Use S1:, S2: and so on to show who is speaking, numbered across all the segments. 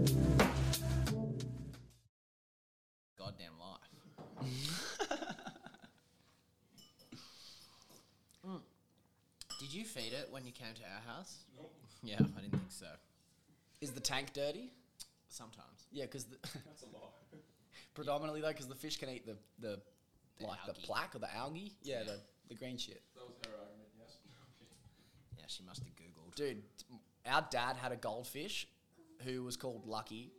S1: Mm. Did you feed it when you came to our house?
S2: Nope.
S1: Yeah, I didn't think so.
S3: Is the tank dirty?
S1: Sometimes.
S3: Yeah, because
S2: That's a lie.
S3: predominantly though, because the fish can eat the the,
S1: The
S3: like
S1: algae.
S3: the plaque or the algae. Yeah,
S1: Yeah.
S3: The, the green shit.
S2: That was her argument, yes. Okay.
S1: Yeah, she must have Googled.
S3: Dude, our dad had a goldfish who was called Lucky,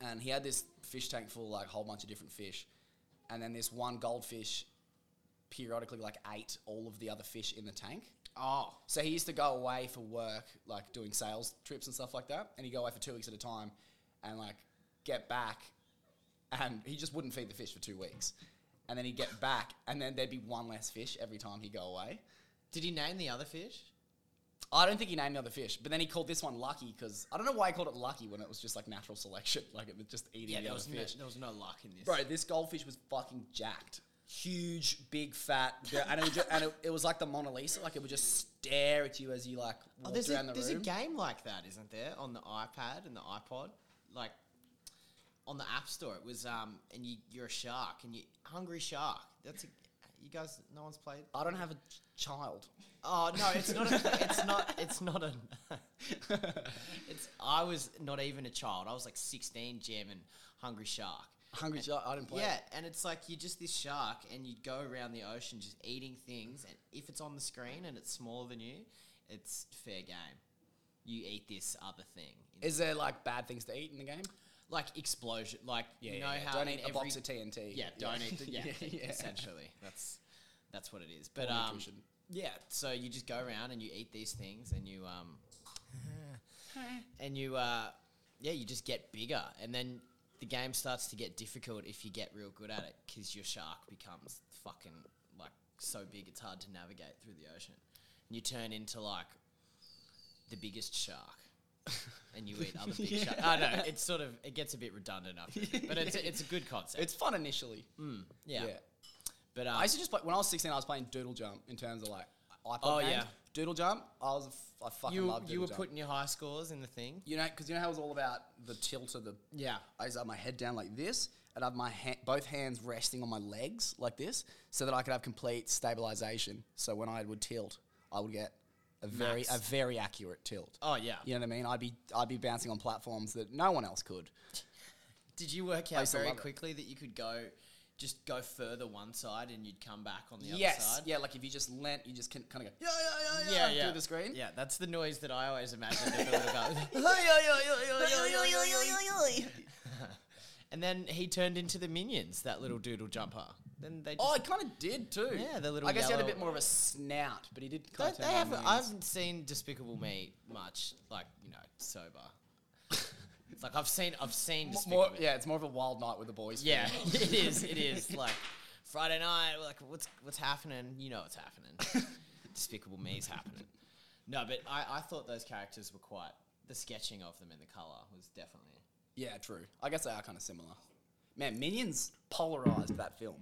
S3: and he had this fish tank full of, like a whole bunch of different fish, and then this one goldfish periodically like ate all of the other fish in the tank.
S1: Oh,
S3: So he used to go away for work, like doing sales trips and stuff like that. And he'd go away for two weeks at a time and like get back. And he just wouldn't feed the fish for two weeks. And then he'd get back, and then there'd be one less fish every time he'd go away.
S1: did he name the other fish?
S3: I don't think he named another fish, but then he called this one lucky because I don't know why he called it lucky when it was just like natural selection, like it was just eating
S1: Yeah,
S3: the
S1: there
S3: other
S1: was, no,
S3: fish.
S1: there was no luck in this. Oh,
S3: Bro, this goldfish was fucking jacked. Huge, big, fat, and, it, would ju- and it, it was like the Mona Lisa. Like it would just stare at you as you like
S1: Oh,
S3: walked
S1: there's,
S3: around
S1: a,
S3: the
S1: there's a
S3: room.
S1: game like that, isn't there, on the iPad and the iPod? Like on the App Store, it was um, and you, you're a shark and you hungry shark. That's a, you guys. No one's played.
S3: I don't have a ch- child.
S1: Oh no, it's not. A, it's not. It's not a. it's. I was not even a child. I was like 16, jamming hungry shark.
S3: Hungry child. I didn't play.
S1: Yeah, and it's like you're just this shark, and you go around the ocean just eating things. And if it's on the screen and it's smaller than you, it's fair game. You eat this other thing,
S3: It. Is there like bad things to eat in the game?
S1: like explosion. Like you know how
S3: don't
S1: in
S3: eat a box
S1: every-
S3: of TNT.
S1: Yeah, don't eat. The, yeah, essentially, that's that's what it is. But um,
S3: nutrition.
S1: yeah, so you just go around and you eat these things, and you um, and you uh, yeah, you just get bigger, and then the game starts to get difficult if you get real good at it, because your shark becomes fucking like so big it's hard to navigate through the ocean, and you turn into like the biggest shark. and you eat other big sharks. I know it's sort of it gets a bit redundant after, a bit, but it's a, it's a good concept.
S3: It's fun initially.
S1: Yeah. But um,
S3: I used to just play when I was sixteen. I was playing Doodle Jump in terms of like iPod
S1: Oh,
S3: games.
S1: yeah.
S3: Doodle Jump. I was a f- I fucking
S1: you
S3: loved Doodle
S1: you were
S3: Jump.
S1: putting your high scores in the thing.
S3: you know because you know how it was all about the tilt of the
S1: Yeah.
S3: I used to have my head down like this and have my ha- both hands resting on my legs like this so that I could have complete stabilization. So when I would tilt, I would get a very a
S1: Max.
S3: very accurate tilt.
S1: Oh yeah.
S3: You know what I mean? I'd be I'd be bouncing on platforms that no one else could.
S1: Did you work
S3: I
S1: out
S3: used to
S1: very
S3: love it.
S1: quickly that you could go, just go further one side and you'd come back on the
S3: yes,
S1: other side?
S3: yeah. Like if you just leant, you just can kind of go. Yeah,
S1: yeah,
S3: yeah, yeah, through the screen.
S1: Yeah, that's the noise that I always imagine. that the little guy was- and then he turned into the minions, that little doodle jumper. Then they. Just,
S3: Oh, it kind of did too.
S1: Yeah, the little
S3: I guess he had a
S1: yellow-
S3: bit more of a snout, but he did.
S1: Don't
S3: Kind
S1: they have. I haven't seen Despicable Me much, like you know, sober. it's like I've seen. I've seen Despicable
S3: more,
S1: Me.
S3: yeah, it's more of a wild night with the boys. for
S1: Yeah,
S3: me.
S1: it is. It is like Friday night. Like, what's what's happening? You know what's happening. Despicable Me's happening. No, but I, I thought those characters were quite the sketching of them and the color was definitely.
S3: yeah, true. I guess they are kind of similar. Man, Minions polarized that film.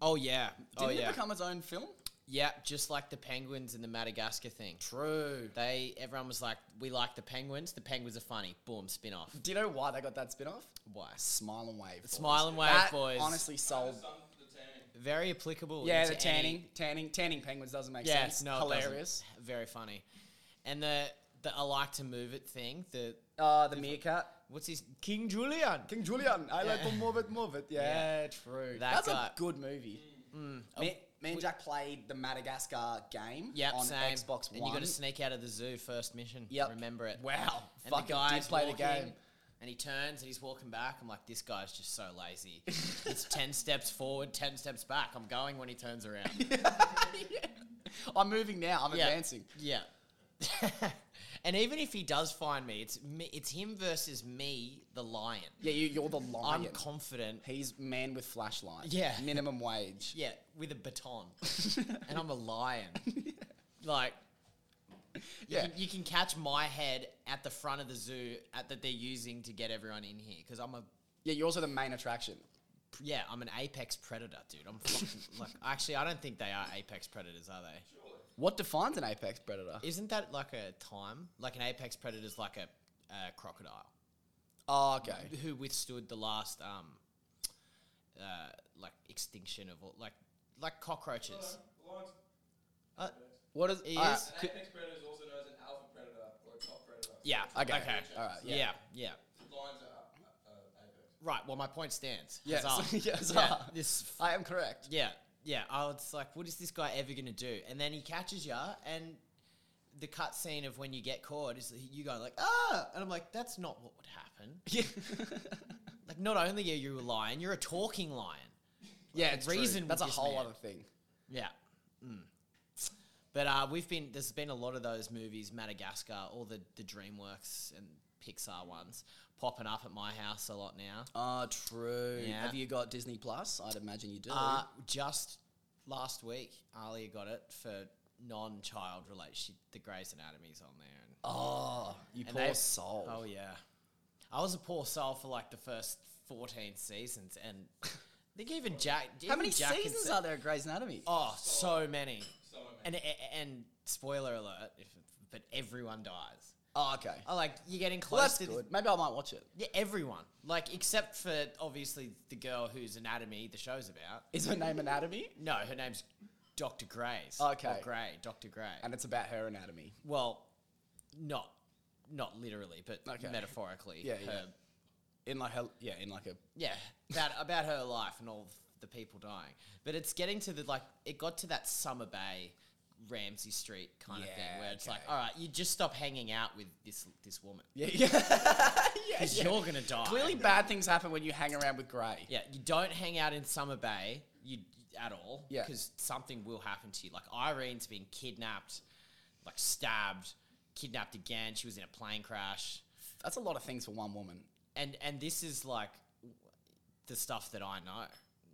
S1: Oh yeah, oh
S3: Didn't
S1: yeah,
S3: it become its own film?
S1: yeah. Just like the penguins and the Madagascar thing.
S3: True.
S1: They everyone was like, we like the penguins. The penguins are funny. Boom, spin off.
S3: Do you know why they got that spin off?
S1: Why?
S3: Smile and Wave. Boys.
S1: Smile and Wave
S3: That
S1: Boys.
S3: Honestly, sold.
S2: The sun, the tanning.
S1: Very applicable.
S3: Yeah,
S1: into
S3: the
S1: any-
S3: tanning, tanning, tanning penguins doesn't make
S1: Yeah,
S3: sense.
S1: no, it doesn't.
S3: hilarious.
S1: Very funny, and the the I like to move it thing. The
S3: Uh, the meerkat.
S1: what's his King Julian.
S3: King Julian, I like to
S1: Yeah.
S3: move it, move it. Yeah, true.
S1: That
S3: That's
S1: guy-
S3: a good movie. Mm. Me, me and Jack played the Madagascar game
S1: Yep,
S3: on
S1: same.
S3: Xbox
S1: And
S3: One.
S1: you got to sneak out of the zoo first mission.
S3: Yep.
S1: Remember it.
S3: Wow,
S1: And
S3: fucking did play the
S1: walking,
S3: game.
S1: And he turns and he's walking back. I'm like, this guy's just so lazy. it's 10 steps forward, 10 steps back. I'm going when he turns around.
S3: I'm moving now. I'm
S1: Yeah.
S3: advancing.
S1: yeah. and even if he does find me, it's me, it's him versus me, the lion.
S3: Yeah, you, you're the
S1: I'm
S3: lion.
S1: confident.
S3: He's man with flashlight.
S1: Yeah.
S3: minimum wage.
S1: Yeah, with a baton. and I'm a lion. Like, You,
S3: Yeah,
S1: can, you can catch my head at the front of the zoo at, that they're using to get everyone in here because I'm a
S3: yeah. You're also the main attraction.
S1: yeah I'm an apex predator, dude. I'm fucking, like actually I don't think they are apex predators, are they?
S2: Surely.
S3: What defines an apex predator?
S1: Isn't that like a time? Like an apex predator's like a, a crocodile
S3: Oh, okay.
S1: who withstood the last um uh like extinction of all, like like cockroaches.
S2: Lion's
S1: Uh,
S3: What is
S1: Is-
S3: alright,
S2: An
S3: c-
S2: apex predator is also known as an alpha predator or a top predator.
S1: Yeah.
S3: Okay.
S1: Okay.
S3: All right.
S1: Yeah.
S3: Yeah.
S1: yeah.
S2: Lions are up, uh, uh, apex.
S1: Right. Well, my point stands.
S3: Yes.
S1: Huzzah.
S3: Yes,
S1: Yeah.
S3: huzzah.
S1: This. f-
S3: I am correct.
S1: Yeah. Yeah. I was like, what is this guy ever gonna do? And then he catches ya, and the cut scene of when you get caught is you go like ah, and I'm like, that's not what would happen.
S3: Yeah.
S1: Like, not only are you a lion, you're a talking lion.
S3: yeah.
S1: it's true. Reason
S3: That's a
S1: with this
S3: whole
S1: man.
S3: other thing.
S1: Yeah. Mm. But uh, we've been there's been a lot of those movies, Madagascar, all the the DreamWorks and Pixar ones popping up at my house a lot now.
S3: Ah, true.
S1: Yeah.
S3: Have you got Disney Plus? I'd imagine you do.
S1: Uh, just last week, Alia got it for non-child related. She, the Grey's Anatomy's on there. And,
S3: oh, you
S1: and
S3: poor
S1: they've-
S3: soul.
S1: Oh yeah, I was a poor soul for like the first fourteen seasons, and I think even Jack.
S3: How many
S1: Jack
S3: seasons are there of Grey's Anatomy?
S1: Oh, so many.
S2: So many.
S1: And a- and spoiler alert, if, but everyone dies.
S3: Oh, okay.
S1: Oh, like you're getting close
S3: Well, that's
S1: to the-
S3: good. Maybe I might watch it.
S1: yeah, everyone. Like except for obviously the girl whose anatomy the show's about.
S3: Is her name Anatomy?
S1: No, her name's Dr. Gray's.
S3: Okay.
S1: Or Gray, Dr. Gray.
S3: And it's about her anatomy.
S1: well, not not literally, but
S3: Okay.
S1: metaphorically.
S3: Yeah, yeah.
S1: her,
S3: In like her, yeah, in like a.
S1: yeah. About about her life and all the people dying. But it's getting to the like it got to that Summer Bay Ramsey Street kind of
S3: Yeah,
S1: thing where it's like,
S3: okay.
S1: all right, you just stop hanging out with this this woman.
S3: Yeah, yeah. yeah,
S1: Because
S3: yeah.
S1: you're gonna die.
S3: Clearly, bad things happen when you hang around with Grey.
S1: Yeah, you don't hang out in Summer Bay you at all
S3: Yeah.
S1: because something will happen to you. Like Irene's been kidnapped, like stabbed, kidnapped again. She was in a plane crash,
S3: That's a lot of things for one woman.
S1: and and this is like w- the stuff that I know.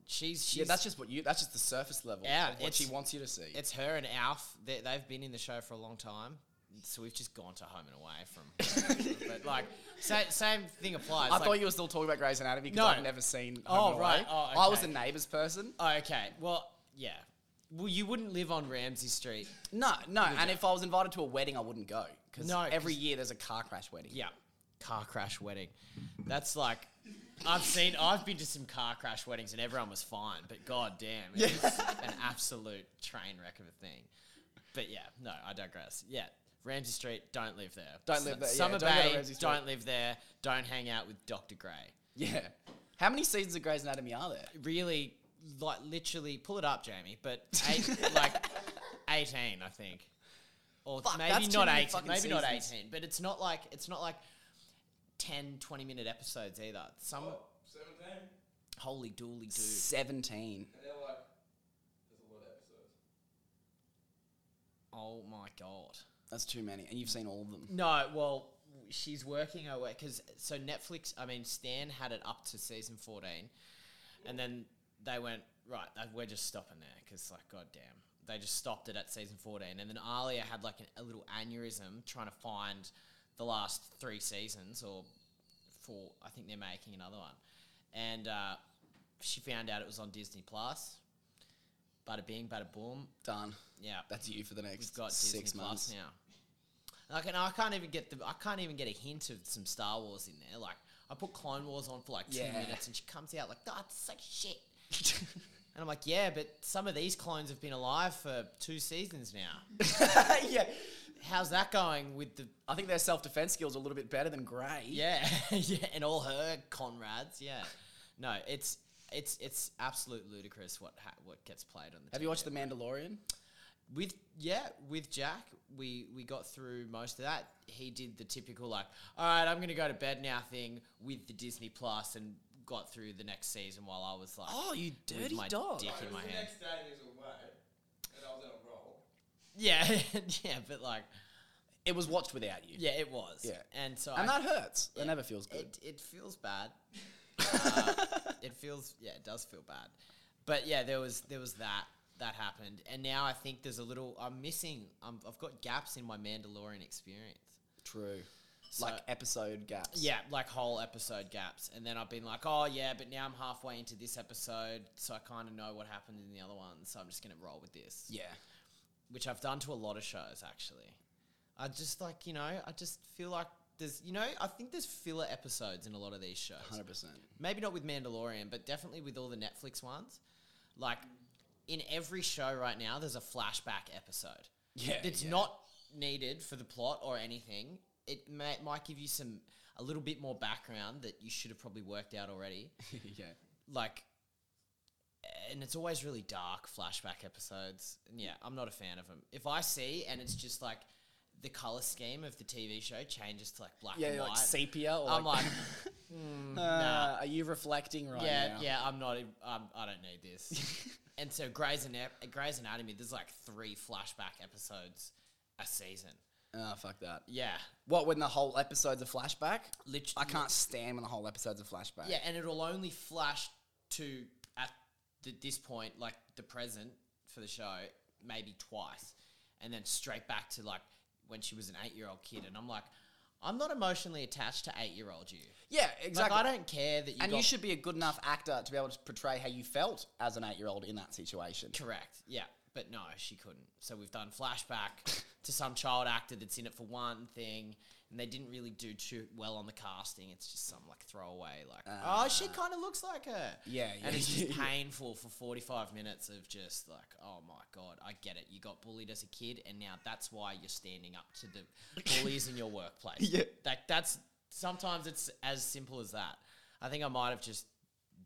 S1: She's she's
S3: yeah, that's just what you. That's just the surface level.
S1: Yeah,
S3: of what she
S1: it's-
S3: wants you to see.
S1: it's her and Alf. They, they've been in the show for a long time. So we've just gone to home and away from, but like same, same thing applies.
S3: I
S1: like-
S3: thought you were still talking about Grey's Anatomy because
S1: No.
S3: I've never seen. Home
S1: Oh,
S3: and Away.
S1: right. Oh,
S3: I was
S1: okay.
S3: the neighbours person.
S1: Oh, okay. Well, yeah. Well, you wouldn't live on Ramsey Street.
S3: No, no. And if I was invited to a wedding, I wouldn't go because
S1: No,
S3: every
S1: 'cause-
S3: year there's a car crash wedding.
S1: Yeah. Car crash wedding. That's like I've seen I've been to some car crash weddings and everyone was fine, but god damn, it's an absolute train wreck of a thing. But yeah, no, I digress. Yeah. Ramsey Street, don't live there.
S3: Don't live there, yeah,
S1: Summer
S3: don't go to
S1: Bay,
S3: Ramsey Street.
S1: don't live there. Don't hang out with Dr. Grey.
S3: Yeah. How many seasons of Grey's Anatomy are there?
S1: Really, like, literally, pull it up, Jamie, but eight, like 18, I think. Or
S3: Fuck,
S1: maybe
S3: that's too
S1: not
S3: many
S1: 18,
S3: fucking
S1: maybe not
S3: seasons.
S1: 18, but it's not like, it's not like 10, 20 minute episodes either. Some,
S2: Oh, 17. And
S1: Holy dooly doo.
S3: Seventeen.
S2: they're like, there's a lot of episodes.
S1: Oh my god.
S3: That's too many, and you've seen all of them.
S1: No, well, she's working her way because so Netflix. I mean, Stan had it up to season fourteen, and then they went right. uh, We're just stopping there because, like, goddamn, they just stopped it at season fourteen. And then Alia had like an, a little aneurysm trying to find the last three seasons or four. I think they're making another one, and uh, she found out it was on Disney Plus. Bada bing, bada boom.
S3: Done.
S1: Yeah,
S3: That's you for the next
S1: we've got
S3: six
S1: Disney
S3: months.
S1: Plus now. Like, and I can't even get the I can't even get a hint of some Star Wars in there. Like, I put Clone Wars on for like two
S3: Yeah.
S1: minutes, and she comes out like, "That's so shit." and I'm like, "Yeah, but some of these clones have been alive for two seasons now.
S3: yeah.
S1: How's that going with the
S3: I think their self defense skills are a little bit better than Grey.
S1: yeah, yeah, and all her Conrads? Yeah, no, it's." It's it's absolute ludicrous what ha- what gets played on the.
S3: Have you
S1: TV.
S3: watched The Mandalorian?
S1: With yeah, with Jack, we we got through most of that. He did the typical like, all right, I'm gonna go to bed now thing with the Disney Plus, and got through the next season while I was like,
S3: you
S1: with my dick
S2: Right,
S1: in
S2: it was
S1: my
S2: the
S1: hand.
S2: next day he was away, and I was in a roll.
S1: Yeah, yeah, but like,
S3: It was watched without you.
S1: yeah, it was.
S3: Yeah.
S1: and so
S3: And
S1: I,
S3: that hurts. That never feels good.
S1: it it feels bad. uh, it feels yeah, it does feel bad. But yeah, there was there was that that happened, and now I think there's a little I'm missing. Um, I've got gaps in my Mandalorian experience.
S3: True.
S1: So-
S3: like episode gaps.
S1: Yeah, like whole episode gaps. And then I've been like, oh, yeah, but now I'm halfway into this episode, so I kind of know what happened in the other one, so I'm just going to roll with this.
S3: Yeah.
S1: Which I've done to a lot of shows, actually. I just, like, you know, I just feel like there's you know I think there's filler episodes in a lot of these shows.
S3: Hundred percent.
S1: Maybe not with Mandalorian, but definitely with all the Netflix ones. Like in every show right now, there's a flashback episode.
S3: Yeah,
S1: that's
S3: yeah.
S1: not needed for the plot or anything. It may, might give you some a little bit more background that you should have probably worked out already.
S3: yeah.
S1: Like, and it's always really dark flashback episodes. And yeah, I'm not a fan of them. If I see and it's just like the color scheme of the TV show changes to like black and
S3: Yeah,
S1: white,
S3: like sepia. Or
S1: I'm like, "Hmm,
S3: uh, are you reflecting right
S1: yeah,
S3: now?
S1: yeah, I'm not. in- I'm, I don't need this. and so Grey's, Anat- Grey's Anatomy, there's like three flashback episodes a season.
S3: Oh, fuck that.
S1: Yeah,
S3: What when the whole episode's a flashback?
S1: literally.
S3: I can't stand when the whole episode's a flashback.
S1: Yeah, and it'll only flash to at th- this point, like the present for the show, maybe twice, and then straight back to like when she was an eight-year-old kid, and I'm like, I'm not emotionally attached to eight-year-old you.
S3: Yeah, exactly.
S1: Like I don't care that you.
S3: and
S1: got
S3: you should be a good enough actor to be able to portray how you felt as an eight-year-old in that situation.
S1: Correct. Yeah. But no, she couldn't. So we've done flashback to some child actor that's in it for one thing, and they didn't really do too well on the casting. It's just some like throwaway, like,
S3: Uh.
S1: oh, she kind of looks like her.
S3: Yeah, yeah,
S1: And it's just
S3: yeah.
S1: painful for 45 minutes of just like, oh my God, I get it. You got bullied as a kid, and now that's why you're standing up to the bullies in your workplace.
S3: Yeah.
S1: Like, that's sometimes it's as simple as that. I think I might have just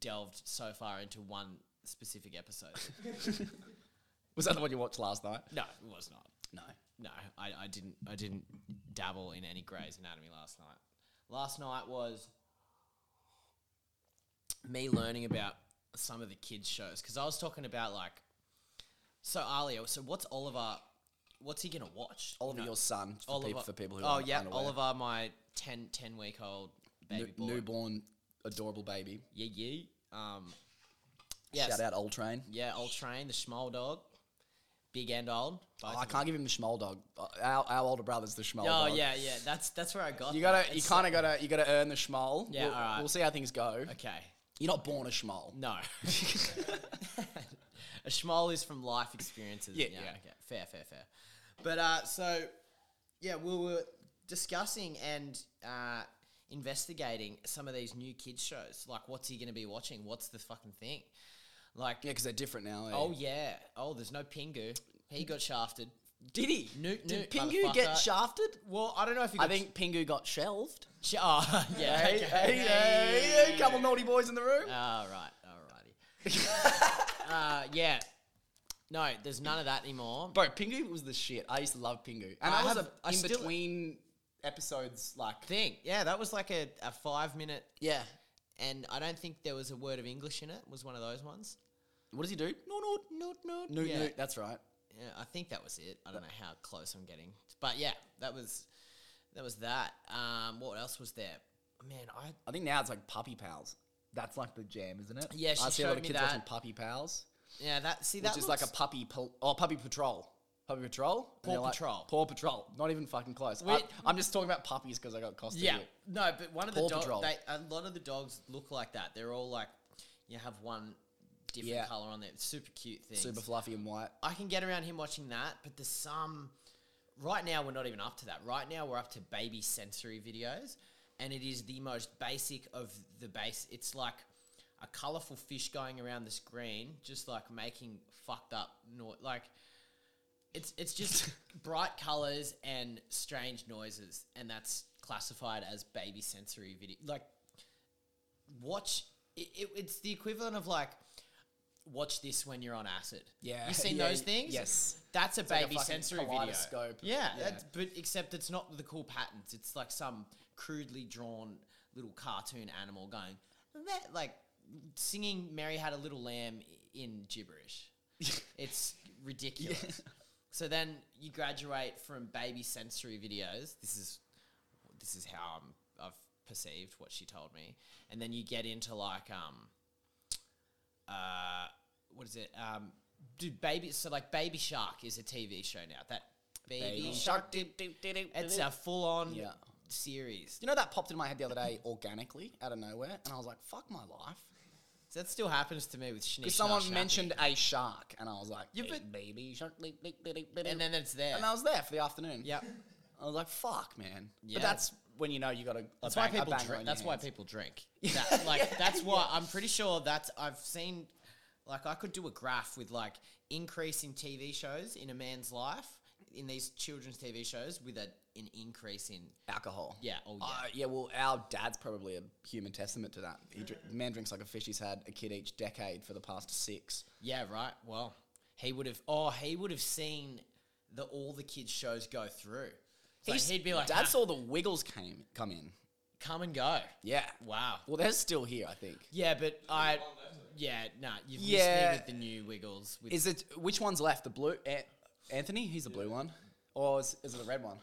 S1: delved so far into one specific episode.
S3: Was that the one you watched last night?
S1: No, it was not.
S3: No.
S1: No, I, I didn't. I didn't dabble in any Grey's Anatomy last night. Last night was me learning about some of the kids shows because I was talking about like, so Alia. So what's Oliver? What's he gonna watch?
S3: Oliver,
S1: No,
S3: your son. For,
S1: Oliver-
S3: people, for people who
S1: oh
S3: are
S1: yeah,
S3: unaware.
S1: Oliver, my 10, 10 week old
S3: Nu-
S1: baby boy.
S3: newborn, adorable baby.
S1: Yeah, yeah. Um, yeah,
S3: Shout out Old Train.
S1: yeah. Old train, the Schmoll dog, big and old. both
S3: Oh, I
S1: of them.
S3: can't give him the Schmoll dog. Uh, Our, our older brother's the Schmoll
S1: Oh
S3: dog.
S1: yeah, yeah. That's that's where I got.
S3: You gotta,
S1: that.
S3: you
S1: It's
S3: kind of gotta, you gotta earn the Schmoll.
S1: Yeah,
S3: we'll,
S1: alright.
S3: we'll see how things go.
S1: so- okay.
S3: You're not born a Schmoll.
S1: No, a schmoll is from life experiences.
S3: Yeah, yeah.
S1: Okay. Fair, fair, fair. But uh, so yeah, we were discussing and uh, investigating some of these new kids shows. Like, what's he gonna be watching? What's the fucking thing? Like,
S3: Yeah, because they're different now. eh?
S1: oh yeah, oh there's no Pingu. He got shafted.
S3: did he?
S1: Newt-
S3: Did
S1: Newt,
S3: Pingu get
S1: motherfucker.
S3: shafted?
S1: Well, I don't know if you.
S3: I
S1: Got
S3: think Pingu got shelved.
S1: sh- oh, yeah.
S3: Hey,
S1: okay.
S3: hey, hey, hey, couple naughty boys in the room.
S1: All Ah, right, all righty. uh, yeah. No, there's none of that anymore.
S3: Bro, Pingu was the shit. I used to love Pingu, and
S1: I
S3: I, was
S1: have-
S3: a,
S1: I
S3: in
S1: still-
S3: between episodes like.
S1: Thing, yeah, that was like a, a five minute,
S3: Yeah.
S1: and I don't think there was a word of English in it. Was one of those ones.
S3: What does he do? No, no,
S1: No, no,
S3: no,
S1: yeah,
S3: no. That's right.
S1: yeah, I think that was it. I don't know how close I'm getting, but yeah, that was that was that. Um, what else was there? Man, I
S3: I think now it's like Puppy Pals. That's like the jam, isn't it?
S1: Yeah, she
S3: I see a lot
S1: showed
S3: of
S1: me
S3: kids
S1: that.
S3: watching Puppy Pals,
S1: yeah that see
S3: which
S1: that
S3: is
S1: looks,
S3: like a puppy pol- or Puppy Patrol. Puppy Patrol. And
S1: Paw
S3: they're like,
S1: Patrol.
S3: Paw Patrol. Not even fucking close. I,
S1: Wait.
S3: I'm just talking about puppies because I got costed.
S1: Yeah,
S3: it.
S1: no, but one of the
S3: Paw
S1: dogs,
S3: Patrol.
S1: a lot of the dogs look like that. They're all like, you have one different
S3: Yeah.
S1: color on there. It's super cute things.
S3: Super fluffy and white.
S1: I can get around him watching that, but there's some. Right now, we're not even up to that. Right now, we're up to baby sensory videos, and it is the most basic of the base. It's like a colorful fish going around the screen, just like making fucked up noise. Like it's it's just bright colors and strange noises, and that's classified as baby sensory video. Like watch it, it, it's the equivalent of like watch this when you're on acid.
S3: Yeah,
S1: you seen
S3: yeah,
S1: those things?
S3: yes.
S1: that's a
S3: like a
S1: baby
S3: fucking
S1: sensory video.
S3: kaleidoscope.
S1: Yeah,
S3: Yeah.
S1: that's- but except it's not the cool patterns. It's like some crudely drawn little cartoon animal going "Meh," like singing "Mary Had a Little Lamb" i- in gibberish. it's ridiculous. So then you graduate from baby sensory videos. This is this is how I'm, I've perceived what she told me, and then you get into like um, uh, what is it? Um, do baby so like Baby Shark is a TV show now that Baby,
S3: Baby
S1: Shark. It's a full on
S3: Yeah.
S1: series.
S3: You know that popped in my head the other day organically out of nowhere, and I was like, "Fuck my life."
S1: So that still happens to me with Schnick.
S3: Because someone
S1: Schnack, Schnappy.
S3: mentioned a shark, and I was like,
S1: Yeah,
S3: "Hey,
S1: but-
S3: baby shark,"
S1: and then it's there.
S3: and I was there for the afternoon.
S1: yep.
S3: I was like, "Fuck, man."
S1: Yeah.
S3: But that's when you know you got a, a
S1: That's
S3: bang,
S1: why
S3: a
S1: people.
S3: banger
S1: Drink,
S3: on
S1: that's
S3: your
S1: why
S3: hands.
S1: people drink. That- like that's why I'm pretty sure that's I've seen. Like I could do a graph with like increase in TV shows in a man's life in these children's TV shows with a, an increase in
S3: alcohol.
S1: yeah oh yeah
S3: Uh, yeah, well, our dad's probably a human testament to that. He dr- the man drinks like a fish. He's had a kid each decade for the past six.
S1: yeah right well he would have oh he would have seen the all the kids shows go through so
S3: He's-
S1: he'd be like
S3: Dad
S1: "Ah,
S3: saw the Wiggles came come in.
S1: come and go
S3: Yeah.
S1: wow
S3: Well, they're still here, I think.
S1: yeah but I
S2: One left. so-
S1: yeah nah you've
S3: Yeah.
S1: missed me with the new Wiggles with
S3: Is it which one's left? The blue An- Anthony? He's the blue one, or is, is it the red one?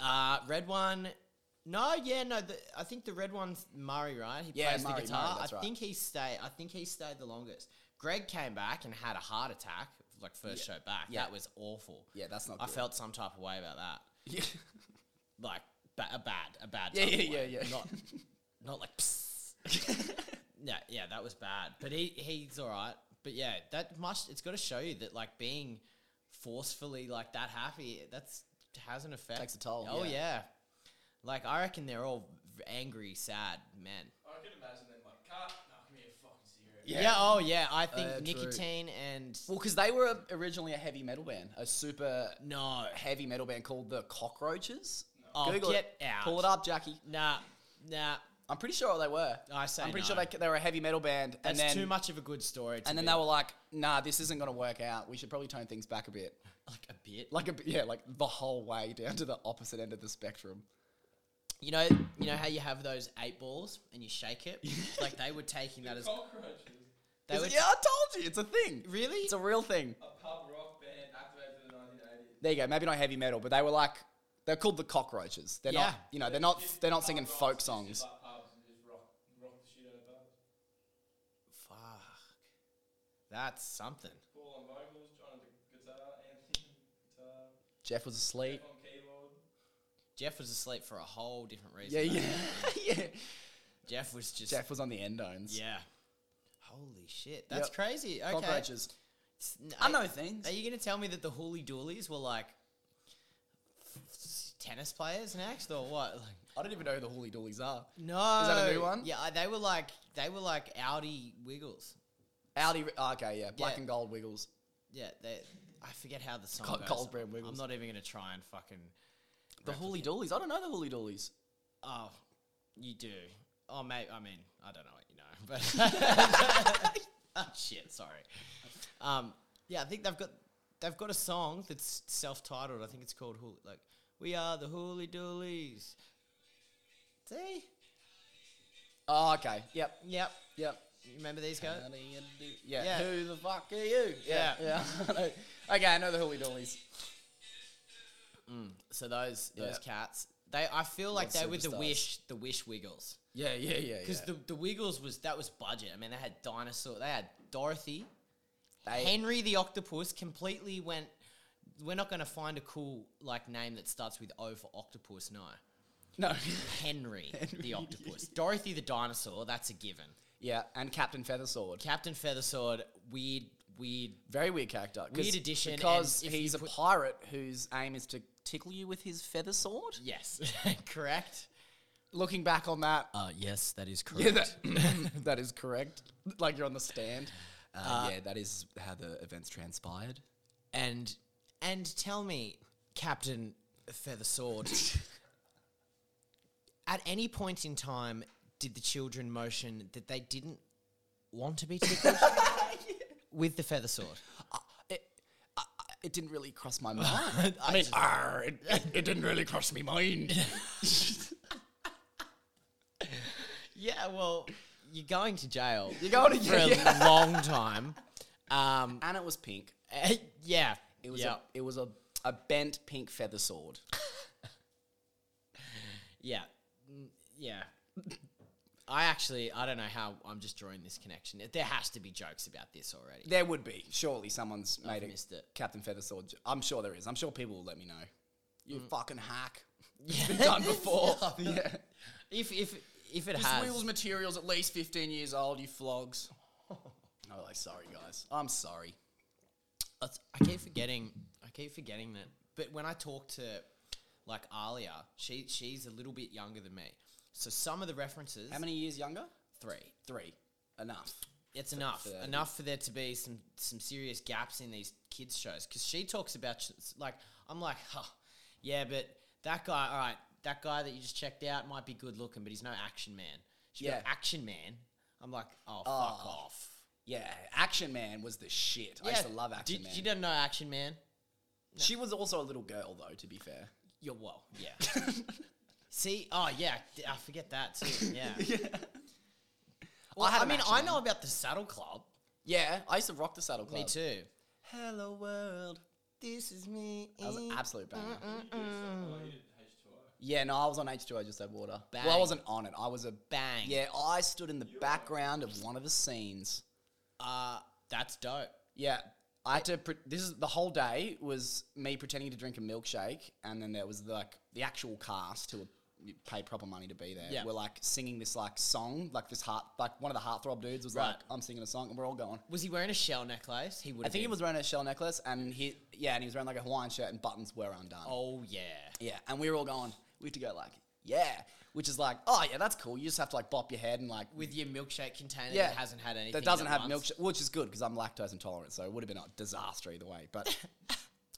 S1: Uh, red one. No, yeah, no. The, I think the red one's Murray, right? He
S3: Yeah,
S1: plays
S3: Murray,
S1: the guitar.
S3: Murray, that's
S1: I
S3: right.
S1: think he stayed. I think he stayed the longest. Greg came back and had a heart attack, like first show back.
S3: Yeah.
S1: That was awful.
S3: Yeah, that's not.
S1: I
S3: good.
S1: felt some type of way about that.
S3: Yeah,
S1: Like ba- a bad, a bad.
S3: yeah,
S1: type of
S3: yeah, yeah.
S1: way.
S3: yeah.
S1: Not, not like. Psst. no, yeah, that was bad. But he he's all right. But yeah, that must. It's got to show you that like being forcefully like that happy. That's has an effect.
S3: Takes a toll,
S1: Oh
S3: yeah.
S1: yeah. Like I reckon they're all v- angry, sad men.
S2: I can imagine them like, cut, no, give me a fucking cigarette.
S1: Yeah. oh yeah. I think
S3: Uh, true.
S1: nicotine and
S3: well, because they were a, originally a heavy metal band, a super
S1: no.
S3: heavy metal band called the Cockroaches.
S1: Oh,
S3: Google
S1: get
S3: it.
S1: out.
S3: Pull it up, Jackie.
S1: Nah, nah.
S3: I'm pretty sure they were.
S1: I say
S3: I'm pretty
S1: no.
S3: sure they, they were a heavy metal band,
S1: That's
S3: and then
S1: too much of a good story. To
S3: and then
S1: be
S3: they were like, "Nah, this isn't gonna work out. We should probably tone things back a bit."
S1: like a bit.
S3: Like a bit- yeah, like the whole way down to the opposite end of the spectrum.
S1: You know, you know how you have those eight balls and you shake it. like they were taking that as
S2: Cockroaches,
S1: they were
S3: yeah, I told you, it's a thing.
S1: really.
S3: It's a real thing.
S2: a pub rock band activated in the 1980s.
S3: There you go. Maybe not heavy metal, but they were like they're called the Cockroaches. They're not,
S1: Yeah.
S3: you know, they're not they're not singing
S2: Pub
S3: folk
S2: rocks, it's just
S3: songs.
S2: like pubs and just rock, rock the shit out of pubs.
S1: Fuck. That's something.
S2: Paul on vocals, John on the guitar, Anthony guitar,
S3: Jeff was asleep.
S2: Jeff on keyboard.
S1: Jeff was asleep for a whole different reason.
S3: Yeah, yeah, yeah.
S1: Jeff was just.
S3: Jeff was on the endones.
S1: Yeah. Holy shit. That's
S3: Yep.
S1: crazy. Okay.
S3: Cockroaches.
S1: S- n-
S3: I know
S1: Are,
S3: things.
S1: are you going to tell me that the Hooly Doolies were like s- tennis players next or what? Like,
S3: I don't even know who the Hooly Doolies are.
S1: no.
S3: new one?
S1: Yeah, I- they were like they were like Audi Wiggles.
S3: Audi. oh, okay, yeah. Black
S1: Yeah.
S3: and gold Wiggles.
S1: Yeah, they. I forget how the song
S3: Co-
S1: goes.
S3: Cold Brand Wiggles.
S1: I'm not even going to try and fucking.
S3: The Hooly Doolies. I don't know the Hooly Doolies.
S1: Oh, you do. Oh, mate. I mean, I don't know what you know, but oh, shit. Sorry. Um, yeah, I think they've got they've got a song that's self-titled. I think it's called Hool- like We Are the Hooly Doolies. See?
S3: Oh, okay. Yep.
S1: Yep.
S3: Yep.
S1: You remember these guys?
S3: How do you do- Uh, Yeah.
S1: Yeah.
S3: Who the fuck are you?
S1: Yeah.
S3: Yeah. yeah. okay, I know the Hooly Doolies.
S1: So those those
S3: Yeah.
S1: cats. They, I feel like
S3: Love
S1: they were the
S3: superstars.
S1: wish, the wish Wiggles,
S3: Yeah, yeah, yeah.
S1: because the, the Wiggles was that was budget. I mean, they had dinosaur, they had Dorothy, Henry the Octopus completely went. We're not going to find a cool like name that starts with O for octopus. No,
S3: no.
S1: Henry, the Octopus, Dorothy the Dinosaur. That's a given.
S3: yeah, and Captain Feathersword.
S1: Captain Feathersword, weird, weird.
S3: Very weird character. 'cause-
S1: Weird addition, and
S3: Because
S1: if
S3: he's
S1: you
S3: a
S1: put-
S3: pirate whose aim is to tickle you with his feather sword.
S1: Yes, correct.
S3: Looking back on that,
S1: Uh, yes, that is correct.
S3: yeah, that, that is correct. Like you're on the stand. Uh, yeah, that is how the events transpired.
S1: and and tell me, Captain Feathersword, at any point in time, did the children motion that they didn't want to be tickled with the feather sword?
S3: It, I, I- it didn't really cross my mind. I mean, arr, it, it, it didn't really cross my mind.
S1: Yeah, well, you're going to jail.
S3: You're going to
S1: for a
S3: jail.
S1: long time. Um,
S3: and it was pink.
S1: eh, yeah,
S3: It was
S1: yeah,
S3: a, it was a, a bent pink feather sword.
S1: yeah, Mm, yeah. I actually, I don't know how I'm just drawing this connection. There has to be jokes about this already.
S3: There would be surely someone's made a
S1: missed it.
S3: Captain Feathersword. j- I'm sure there is. I'm sure people will let me know. You fucking hack. It's been done before. yeah.
S1: If if if it
S3: This
S1: has,
S3: wheels material's at least 15 years old. You flogs. oh, like, sorry guys. I'm sorry.
S1: That's- I keep forgetting. I keep forgetting that. But when I talk to like Alia, she she's a little bit younger than me. So some of the references,
S3: How many years younger?
S1: three,
S3: Three. Enough.
S1: it's enough,
S3: for that.
S1: enough for there to be some some serious gaps in these kids shows because she talks about sh- like I'm like, huh, yeah, but that guy, all right, that guy that you just checked out might be good looking, but he's no action man. She's yeah,
S3: Yeah.
S1: action man. I'm like, oh, fuck
S3: Oh,
S1: off.
S3: Yeah, Action Man was the shit. I used to love Action
S1: did,
S3: Man.
S1: You didn't know Action Man?
S3: She was also a little girl though, to be fair.
S1: Yeah, well, yeah. See, oh yeah, d- I forget that too. Yeah. Well,
S3: I had
S1: I,
S3: an
S1: mean,
S3: Action
S1: I
S3: Man.
S1: know about the Saddle Club.
S3: Yeah, I used to rock the Saddle Club.
S1: Me too.
S3: Hello world.
S1: This is me.
S3: That was an absolute banger.
S2: Like, you did H2O.
S3: Yeah, no, I was on H2O. I just had water. Well, I
S1: Bang.
S3: wasn't on it. I was a
S1: Bang.
S3: Yeah, I stood in the background of one of the scenes.
S1: Uh, that's dope.
S3: Yeah, I had to. Pre- this is the whole day was me pretending to drink a milkshake, and then there was like the actual cast who would pay proper money to be there.
S1: Yeah.
S3: We're like singing this like song, like this heart, like one of the heartthrob dudes was
S1: Right.
S3: like, "I'm singing a song," and we're all going.
S1: Was he wearing a shell necklace? He would.
S3: I think he was wearing a shell necklace, and he yeah, and he was wearing like a Hawaiian shirt, and buttons were undone.
S1: Oh yeah.
S3: Yeah, and we were all going. We had to go like, yeah, which is like, oh yeah, that's cool. You just have to like bop your head and like
S1: With your milkshake container
S3: Yeah.
S1: that hasn't had anything.
S3: that doesn't
S1: in
S3: have
S1: months.
S3: milkshake, which is good because I'm lactose intolerant, so it would have been a disaster either way. But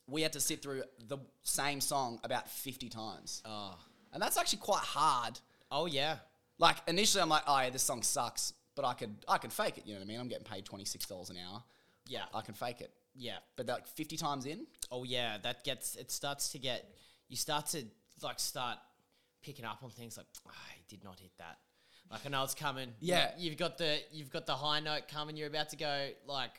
S3: we had to sit through the same song about 50 times,
S1: Oh.
S3: and that's actually quite hard.
S1: Oh yeah.
S3: Like initially, I'm like, oh yeah, this song sucks, but I could I could fake it. You know what I mean? I'm getting paid twenty six dollars an hour.
S1: Yeah. uh,
S3: I can fake it.
S1: yeah.
S3: But like 50 times in,
S1: Oh yeah, that gets it starts to get you start to like start picking up on things like "Ah, I did not hit that. Like I know it's coming. You-
S3: Yeah.
S1: you've got the you've got the high note coming. You're about to go like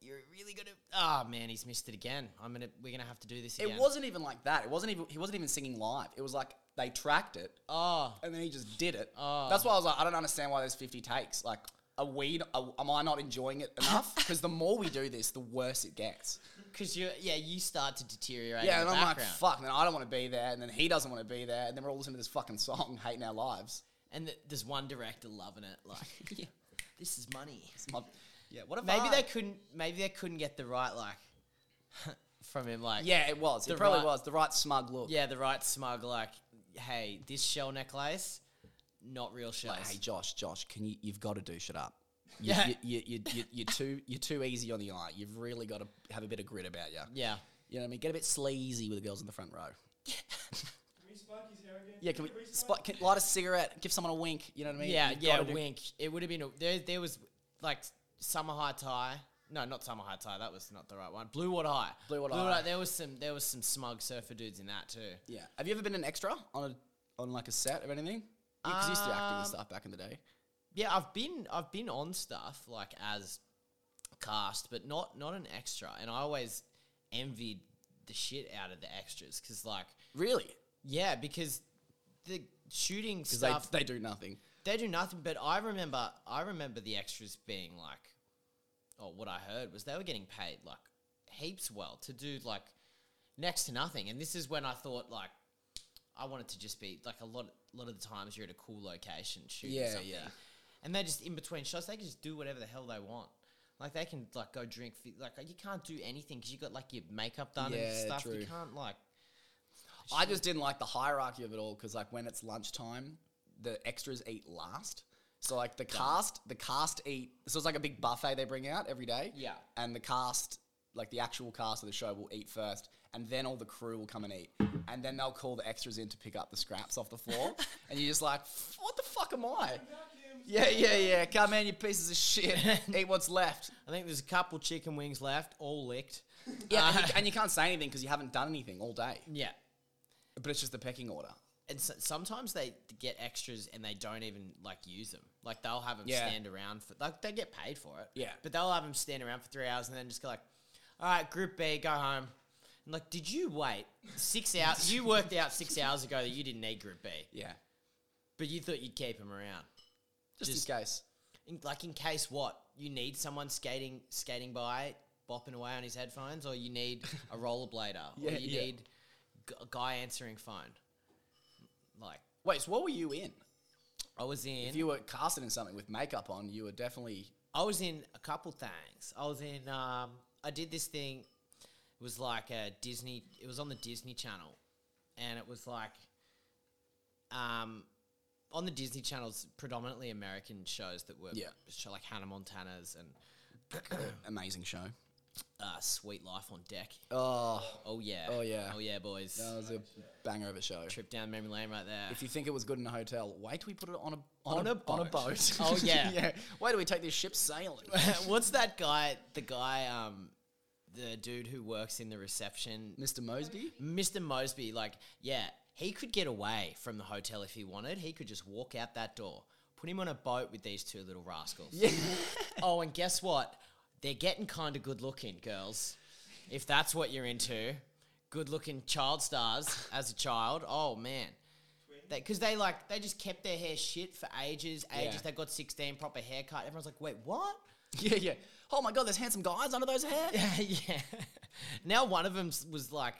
S1: you're really gonna. Ah man, he's missed it again. I'm gonna we're gonna have to do this
S3: it
S1: again.
S3: wasn't even like that. It wasn't even he wasn't even singing live. It was like they tracked it
S1: oh
S3: and then he just did it.
S1: Oh.
S3: That's why I was like, I don't understand why there's 50 takes. Like, are we? Are, am I not enjoying it enough? Because the more we do this, the worse it gets.
S1: because you yeah you start to deteriorate. in
S3: yeah, and
S1: the
S3: I'm like,
S1: background.
S3: fuck. Then I don't want to be there, and then he doesn't want to be there, and then we're all listening to this fucking song, hating our lives.
S1: And th- there's one director loving it. Like this is money.
S3: It's my- yeah, what if
S1: Maybe
S3: I-
S1: they couldn't. Maybe they couldn't get the right like from him. Like
S3: Yeah, it was.
S1: The
S3: It probably
S1: right-
S3: was the right smug look.
S1: Yeah, the right smug, like, hey, this shell necklace, not real shells.
S3: Like, hey, Josh, Josh, can you? You've got to do shut up. You,
S1: Yeah.
S3: you, you, you, you, you're too you're too easy on the eye. You've really got to have a bit of grit about you.
S1: yeah.
S3: You know what I mean? Get a bit sleazy with the girls in the front row.
S2: Can we spike his hair again?
S3: Yeah, can we
S2: spike?
S3: spot, can, light a cigarette, give someone a wink? You know what I mean?
S1: yeah,
S3: You've
S1: yeah,
S3: gotta do-
S1: wink. It would have been, a, there, there was, like, summer high tie. No, not summer high tie. That was not the right one. Blue water high.
S3: Blue Water High.
S1: There was some, there was some smug surfer dudes in that too.
S3: Yeah. Have you ever been an extra on a on like a set or anything? Because you used to do acting
S1: Um,
S3: and stuff back in the day.
S1: Yeah, I've been, I've been on stuff like as cast, but not, not an extra. And I always envied the shit out of the extras because, like,
S3: Really?
S1: yeah, because the shooting
S3: Because
S1: stuff
S3: they, they do nothing.
S1: They do nothing, but I remember I remember the extras being like, oh, what I heard was they were getting paid like heaps well to do like next to nothing. And this is when I thought like I wanted to just be like a lot a lot of the times you're at a cool location shooting
S3: Yeah,
S1: something.
S3: yeah.
S1: And they just in between shots, they can just do whatever the hell they want. Like they can like go drink fi- like you can't do anything because you got like your makeup done and
S3: Yeah,
S1: stuff.
S3: true.
S1: You can't like
S3: I just didn't like the hierarchy of it all because like when it's lunchtime, the extras eat last. So like the cast, the cast eat. So it's like a big buffet they bring out every day.
S1: Yeah.
S3: And the cast, like the actual cast of the show, will eat first, and then all the crew will come and eat, and then they'll call the extras in to pick up the scraps off the floor, and you're just like, "F- what the fuck am I? Yeah, yeah, yeah. Come in, you pieces of shit. eat what's left.
S1: I think there's a couple chicken wings left, all licked.
S3: Yeah. and,
S1: Uh,
S3: you, and you can't say anything because you haven't done anything all day.
S1: yeah.
S3: But it's just the pecking order.
S1: and so, sometimes they get extras and they don't even like use them. Like they'll have them
S3: Yeah.
S1: stand around for like they get paid for it.
S3: Yeah.
S1: but they'll have them stand around for three hours and then just go like, "All right, Group B, go home." And like, did you wait six hours? you worked out six hours ago that you didn't need Group B,
S3: Yeah.
S1: but you thought you'd keep them around,
S3: just
S1: Just-
S3: in case.
S1: in, like in case what you need someone skating skating by, bopping away on his headphones, or you need a rollerblader,
S3: Yeah,
S1: or you
S3: yeah.
S1: need g- a guy answering phone. Like
S3: Wait, so what were you in?
S1: I was in.
S3: If you were casted in something with makeup on, you were definitely
S1: I was in a couple things. I was in. Um, I did this thing. It was like a Disney. It was on the Disney Channel, and it was like, um, on the Disney channels, predominantly American shows that were
S3: Yeah.
S1: show like Hannah Montana's and
S3: Amazing show.
S1: uh, Sweet Life on Deck.
S3: Oh,
S1: Oh yeah.
S3: Oh, yeah.
S1: Oh yeah, boys.
S3: that was a banger of a show.
S1: Trip down memory lane right there.
S3: If you think it was good in a hotel, wait till we put it on a on,
S1: On
S3: a,
S1: a
S3: on a
S1: boat.
S3: boat.
S1: Oh, yeah.
S3: yeah. Why do we take this ship sailing?
S1: What's that guy? The guy, um, the dude who works in the reception,
S3: Mr. Mosby.
S1: Mr. Mosby. Like, yeah, he could get away from the hotel if he wanted. He could just walk out that door. Put him on a boat with these two little rascals.
S3: Yeah.
S1: Oh, and guess what? They're getting kind of good looking, girls. If that's what you're into, good looking child stars as a child. Oh man, because they, like they just kept their hair shit for ages, ages.
S3: Yeah.
S1: They got 16 proper haircut. Everyone's like, wait, what?
S3: yeah, yeah. Oh my God, there's handsome guys under those hair.
S1: Yeah, yeah. Now one of them was like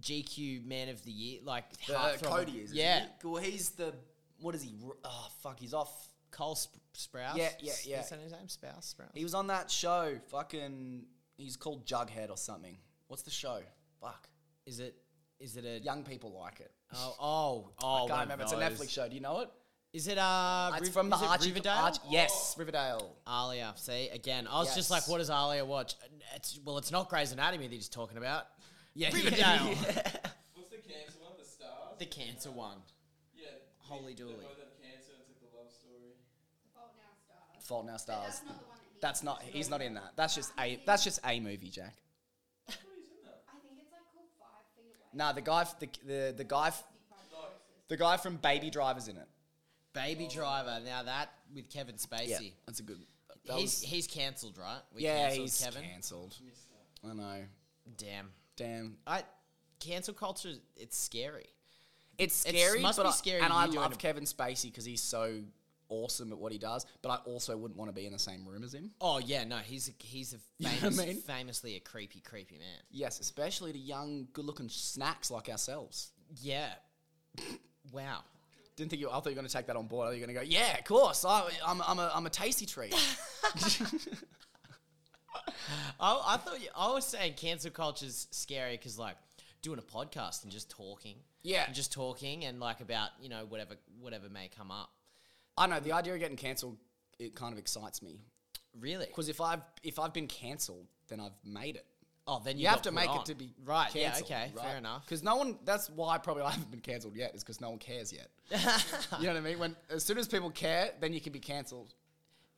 S1: GQ Man of the Year, like
S3: Uh,
S1: heartthrob.
S3: Cody is. isn't
S1: Yeah,
S3: he? Well, he's the what is he? R- Oh fuck, he's off.
S1: Cole Sp- Sprouse.
S3: Yeah, yeah,
S1: Is
S3: yeah.
S1: that his name? Spouse Sprouse.
S3: He was on that show. Fucking, he's called Jughead or something. What's the show? Fuck.
S1: Is it? Is it a?
S3: Young people like it.
S1: Oh, oh, oh!
S3: Can't remember. It's a Netflix show. Do you know it?
S1: Is it uh?
S3: It's
S1: Riv-
S3: from the
S1: is it
S3: Archie.
S1: Riverdale.
S3: Arch- yes, Riverdale.
S1: Alia, see again. I was just like,
S3: Yes.
S1: what does Alia watch? It's well, it's not Grey's Anatomy that he's talking about.
S3: Yeah,
S1: Riverdale.
S2: What's the cancer one? The stars?
S1: The cancer one.
S2: yeah.
S1: Holy
S2: they,
S1: dooly.
S2: They both have cancer. It's like the love story.
S4: Fault in Our Stars.
S3: Fault in Our
S4: But
S3: Stars.
S4: That's not the one that he
S3: That's not. He's not in that. That's just a. That's just a movie, Jack.
S2: I thought he's in that.
S4: I think it's like called Five Feet Away.
S3: Nah, the guy. f- The the the guy. f- The guy from Baby Driver's in it.
S1: Baby
S3: Oh.
S1: Driver. Now that with Kevin Spacey.
S3: that's a good.
S1: He's he's cancelled, right? We
S3: yeah,
S1: cancelled
S3: he's
S1: Kevin.
S3: cancelled. I know.
S1: Damn.
S3: Damn.
S1: I cancel culture. It's scary.
S3: It's
S1: It's-
S3: scary,
S1: must
S3: but
S1: be
S3: I-
S1: scary
S3: and
S1: you
S3: I
S1: doing
S3: love
S1: it.
S3: Kevin Spacey because he's so awesome at what he does. But I also wouldn't want to be in the same room as him.
S1: Oh yeah, no, he's a, he's a
S3: know what I
S1: famous,
S3: mean?
S1: famously a creepy, creepy man.
S3: Yes, especially to young, good-looking snacks like ourselves.
S1: Yeah. wow.
S3: Didn't think you. I thought you were going to take that on board. I thought you were going to go, yeah, of course. I, I'm, I'm a, I'm a tasty treat.
S1: I, I thought you, I was saying cancel culture's scary because like doing a podcast and just talking.
S3: Yeah.
S1: And just talking and like about you know whatever whatever may come up.
S3: I know the idea of getting cancelled. It kind of excites me
S1: Really?
S3: because if I've, if I've been cancelled, then I've made it.
S1: Oh, then you,
S3: You have
S1: got
S3: to
S1: put
S3: make
S1: on.
S3: it to be
S1: right.
S3: Canceled,
S1: yeah. Okay. Fair enough.
S3: Because no one. That's why probably I haven't been cancelled yet. Is because no one cares yet. you know what I mean? When as soon as people care, then you can be cancelled.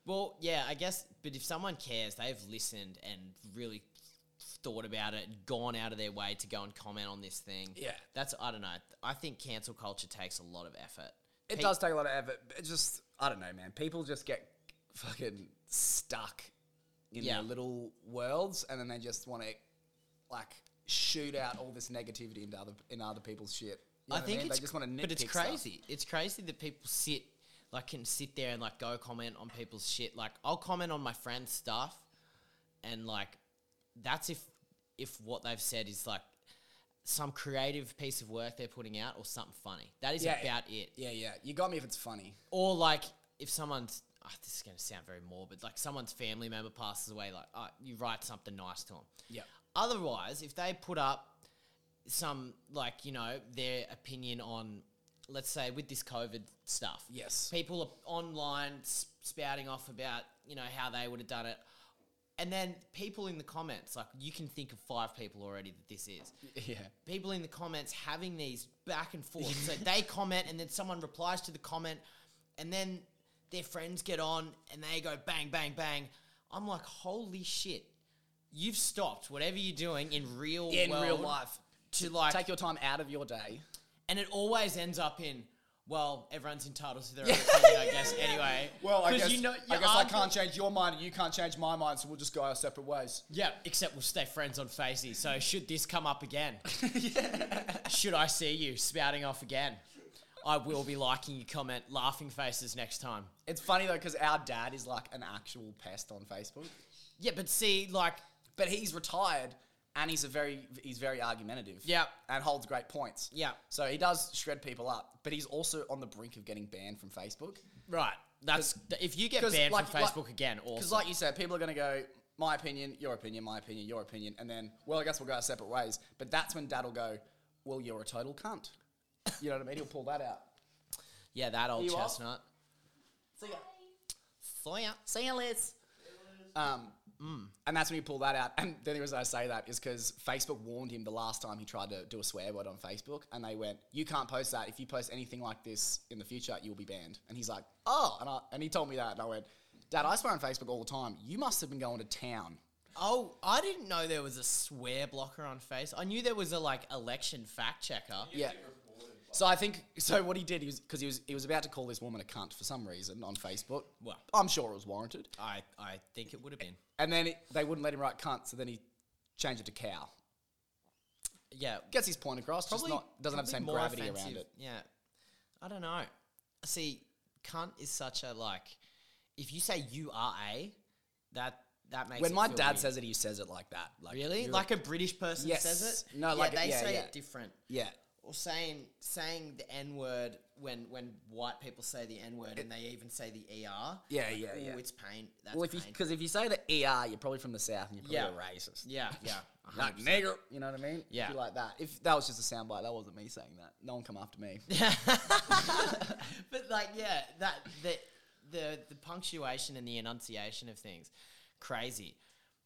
S1: Well, yeah, I guess, but if someone cares, they've listened and really thought about it and gone out of their way to go and comment on this thing.
S3: Yeah.
S1: That's, I don't know. I think cancel culture takes a lot of effort.
S3: It
S1: Pe-
S3: does take a lot of effort. But it just I don't know, man. People just get fucking stuck in
S1: Yeah.
S3: their little worlds, and then they just want to like shoot out all this negativity into other in other people's shit. You know
S1: I
S3: what
S1: think
S3: mean?
S1: it's,
S3: they just want to nitpick
S1: but it's
S3: stuff.
S1: crazy. It's crazy that people sit, like, can sit there and, like, go comment on people's shit. Like, I'll comment on my friend's stuff, and, like, that's if, if what they've said is, like, some creative piece of work they're putting out or something funny. That is
S3: Yeah.
S1: about it.
S3: Yeah, yeah. You got me if it's funny.
S1: or like if someone's ah, this is going to sound very morbid like someone's family member passes away like ah, you write something nice to them
S3: Yeah.
S1: otherwise if they put up some like you know their opinion on let's say with this covid stuff
S3: Yes.
S1: people are online s- spouting off about you know how they would have done it and then people in the comments like you can think of five people already that this is
S3: Yeah.
S1: people in the comments having these back and forth. so they comment, and then someone replies to the comment, and then their friends get on and they go bang, bang, bang. I'm like, holy shit, you've stopped whatever you're doing in real
S3: In
S1: world
S3: real life,
S1: to like,
S3: take your time out of your day.
S1: and it always ends up in. Well, everyone's entitled to their own opinion, I guess. Anyway,
S3: Well, I
S1: 'Cause
S3: guess,
S1: you know,
S3: I,
S1: you
S3: guess I
S1: argue-
S3: can't change your mind and you can't change my mind, so we'll just go our separate ways.
S1: Yeah, except we'll stay friends on Facey. So should this come up again, should I see you spouting off again, I will be liking your comment, laughing faces next time.
S3: It's funny though, because our dad is like an actual pest on Facebook,
S1: Yeah, but see, like,
S3: but he's retired and he's a very he's very argumentative.
S1: Yeah.
S3: and holds great points.
S1: yeah,
S3: So he does shred people up, but he's also on the brink of getting banned from Facebook.
S1: right. That's th- if you get
S3: 'cause
S1: banned
S3: like-
S1: from
S3: like-
S1: Facebook again,
S3: Because,
S1: awesome.
S3: like you said, people are going to go, my opinion, your opinion, my opinion, your opinion, and then, well, I guess we'll go our separate ways. But that's when dad will go, well, you're a total cunt. You know what I mean? He'll pull that out.
S1: Yeah, that old
S3: You off?
S1: chestnut.
S3: See ya.
S1: Sawyer. See you, Liz.
S3: Um, And that's when he pulled that out. And the only reason I say that is because Facebook warned him the last time he tried to do a swear word on Facebook, and they went, "You can't post that. If you post anything like this in the future, you'll be banned." And he's like, "Oh," and, I, and he told me that, and I went, "Dad, I swear on Facebook all the time. You must have been going to town."
S1: Oh, I didn't know there was a swear blocker on Face. I knew there was a like election fact checker.
S3: Yeah. So I think so. What he did is because he was he was about to call this woman a cunt for some reason on Facebook.
S1: Well.
S3: I'm sure it was warranted.
S1: I, I think it would have been.
S3: And then it, they wouldn't let him write cunt, so then he changed it to cow.
S1: Yeah,
S3: Gets his point across.
S1: probably
S3: just not doesn't have the
S1: probably
S3: same
S1: more
S3: gravity around
S1: offensive.
S3: it.
S1: Yeah, I don't know. See, cunt is such a like. If you say you are a, that that makes
S3: when
S1: it
S3: my
S1: feel
S3: dad
S1: weird. Oh,
S3: says it, he says it like that. Like,
S1: really
S3: you're-
S1: like a British person
S3: Yes.
S1: says it.
S3: No,
S1: Yeah,
S3: like it-
S1: they
S3: yeah,
S1: say
S3: yeah.
S1: it different.
S3: yeah,
S1: Or saying saying the n word when when white people say the n word and they even say the er.
S3: yeah, yeah,
S1: Ooh,
S3: yeah.
S1: it's pain. That's
S3: Well, if you
S1: pain.
S3: because if you say the er, you're probably from the south and you're probably
S1: Yeah.
S3: a racist.
S1: yeah, yeah, a
S3: Not
S1: hundred percent.
S3: nigger. You know what I mean? If
S1: Yeah.
S3: you like that. If that was just a soundbite, that wasn't me saying that. No one come after me.
S1: but like yeah that the, the the punctuation and the enunciation of things crazy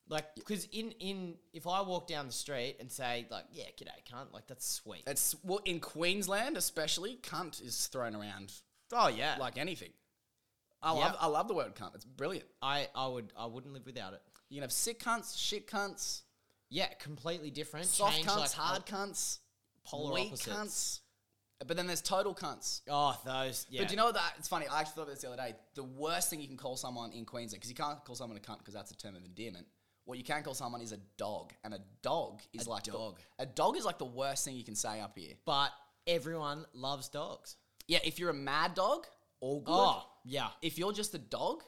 S1: like because in in if i walk down the street and say like yeah g'day cunt like that's sweet
S3: It's well in Queensland, especially, cunt is thrown around
S1: oh yeah like
S3: like anything. I
S1: Yeah.
S3: love, I love the word cunt. It's brilliant.
S1: i i would i wouldn't live without it
S3: You can have sick cunts, shit cunts,
S1: yeah completely different
S3: soft
S1: Change,
S3: cunts,
S1: like,
S3: hard
S1: pol-
S3: cunts,
S1: polar
S3: weak
S1: opposites.
S3: cunts. But then there's total cunts.
S1: oh those yeah
S3: But do you know that it's funny? I actually thought about this the other day. The worst thing you can call someone in Queensland because you can't call someone a cunt because that's a term of endearment. What you can call someone is a dog, and a dog is like the-
S1: dog.
S3: a dog is like the worst thing you can say up here.
S1: but everyone loves dogs
S3: Yeah, if you're a mad dog, all good.
S1: oh yeah
S3: If you're just a dog,